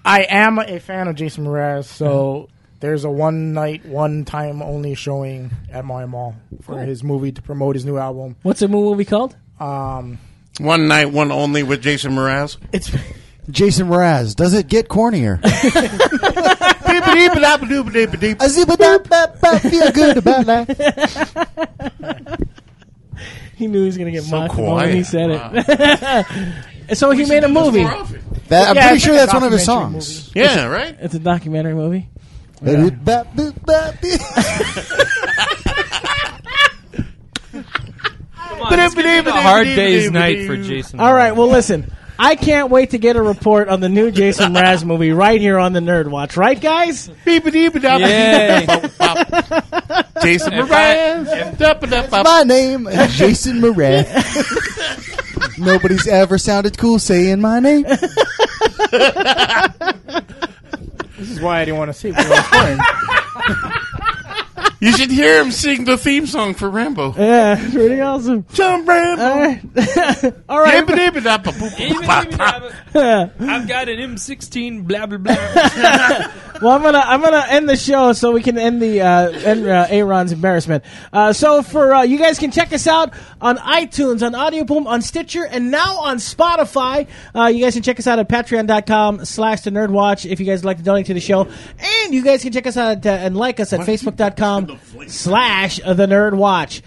Speaker 4: I am a fan of Jason Mraz, so there's a one night, one time only showing at my mall for
Speaker 1: Cool.
Speaker 4: his movie to promote his new album.
Speaker 1: What's the movie called?
Speaker 4: Um,
Speaker 3: One night, one only with Jason Mraz.
Speaker 4: it's
Speaker 6: Jason Mraz, does it get cornier?
Speaker 3: Beep-a-deep-a-dop-a-doop-a-deep-a-deep.
Speaker 6: I zip it up, up, up, feel good about life.
Speaker 1: He knew he was going to get
Speaker 3: So
Speaker 1: mocked the moment he
Speaker 3: quiet.
Speaker 1: said it. so he made a movie.
Speaker 6: That, I'm
Speaker 4: Yeah,
Speaker 6: pretty
Speaker 4: it's
Speaker 6: sure
Speaker 4: like a
Speaker 6: that's one of his
Speaker 4: documentary
Speaker 6: songs.
Speaker 3: Yeah, right.
Speaker 1: It's a documentary movie.
Speaker 6: Bop, bop, bop, bop.
Speaker 2: Come on, it's gonna be a hard day's night for Jason.
Speaker 1: All right. Well, listen. I can't wait to get a report on the new Jason Mraz movie right here on the Nerd Watch. Right, guys?
Speaker 3: Beep-a-deep-a-dop-a-doop.
Speaker 2: Yay.
Speaker 3: Jason
Speaker 2: If I-
Speaker 3: Mraz. Dup-a-dup-up.
Speaker 6: My name is Jason Mraz. Nobody's ever sounded cool saying my name.
Speaker 4: this is why I didn't want to see it. when I was playing.
Speaker 3: You should hear him sing the theme song for Rambo.
Speaker 1: Yeah, pretty awesome.
Speaker 3: John Rambo.
Speaker 1: All right. All right.
Speaker 3: Beep-a-deep-a-dop-a-boop-a-bop.
Speaker 2: I've got an M16, blah, blah, blah.
Speaker 1: Well, I'm gonna I'm gonna end the show so we can end the uh, end uh, Aaron's embarrassment. Uh, so for uh, you guys can check us out on iTunes, on Audio Boom, on Stitcher, and now on Spotify. Uh, you guys can check us out at Patreon.com/slash The Nerd Watch if you guys would like to donate to the show, and you guys can check us out uh, and like us at Facebook.com/slash The Nerd Watch.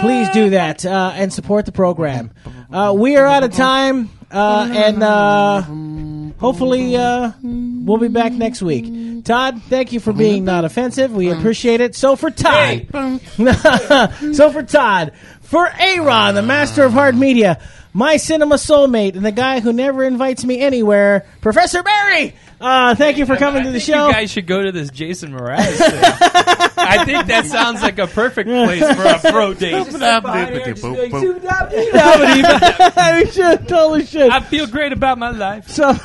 Speaker 1: Please do that uh, and support the program. Uh, we are out of time, uh, and uh, hopefully uh, we'll be back next week. Todd, thank you for being not offensive. We appreciate it. So for Todd, so for Todd, for Aaron, the master of hard media, my cinema soulmate, and the guy who never invites me anywhere, Professor Barry. Uh, thank you for coming to
Speaker 2: I
Speaker 1: the
Speaker 2: think you
Speaker 1: show.
Speaker 2: guys should go to this Jason Mraz thing. I think that sounds like a perfect place for a pro date.
Speaker 1: we should totally should.
Speaker 2: I feel great about my life.
Speaker 1: So. Of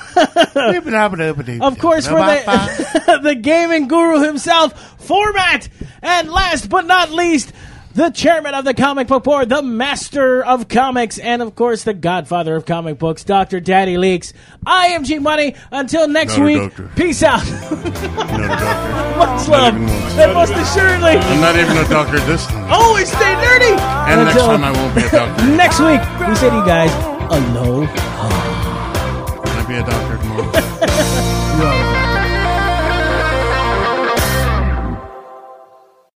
Speaker 1: course, for the, the gaming guru himself, Format. And last but not least, the chairman of the comic book board, the master of comics, and of course, the godfather of comic books, Dr. Daddy Leaks. I am G Money. Until next
Speaker 3: Not a
Speaker 1: week,
Speaker 3: doctor.
Speaker 1: peace out.
Speaker 3: Not a doctor.
Speaker 1: Much love.
Speaker 3: even one.
Speaker 1: And most assuredly,
Speaker 3: I'm not even a doctor this time.
Speaker 1: always stay nerdy.
Speaker 3: And next
Speaker 1: until
Speaker 3: time I won't be a doctor.
Speaker 1: next week, we say to you guys, aloha.
Speaker 3: I'll be a doctor tomorrow.
Speaker 6: Right.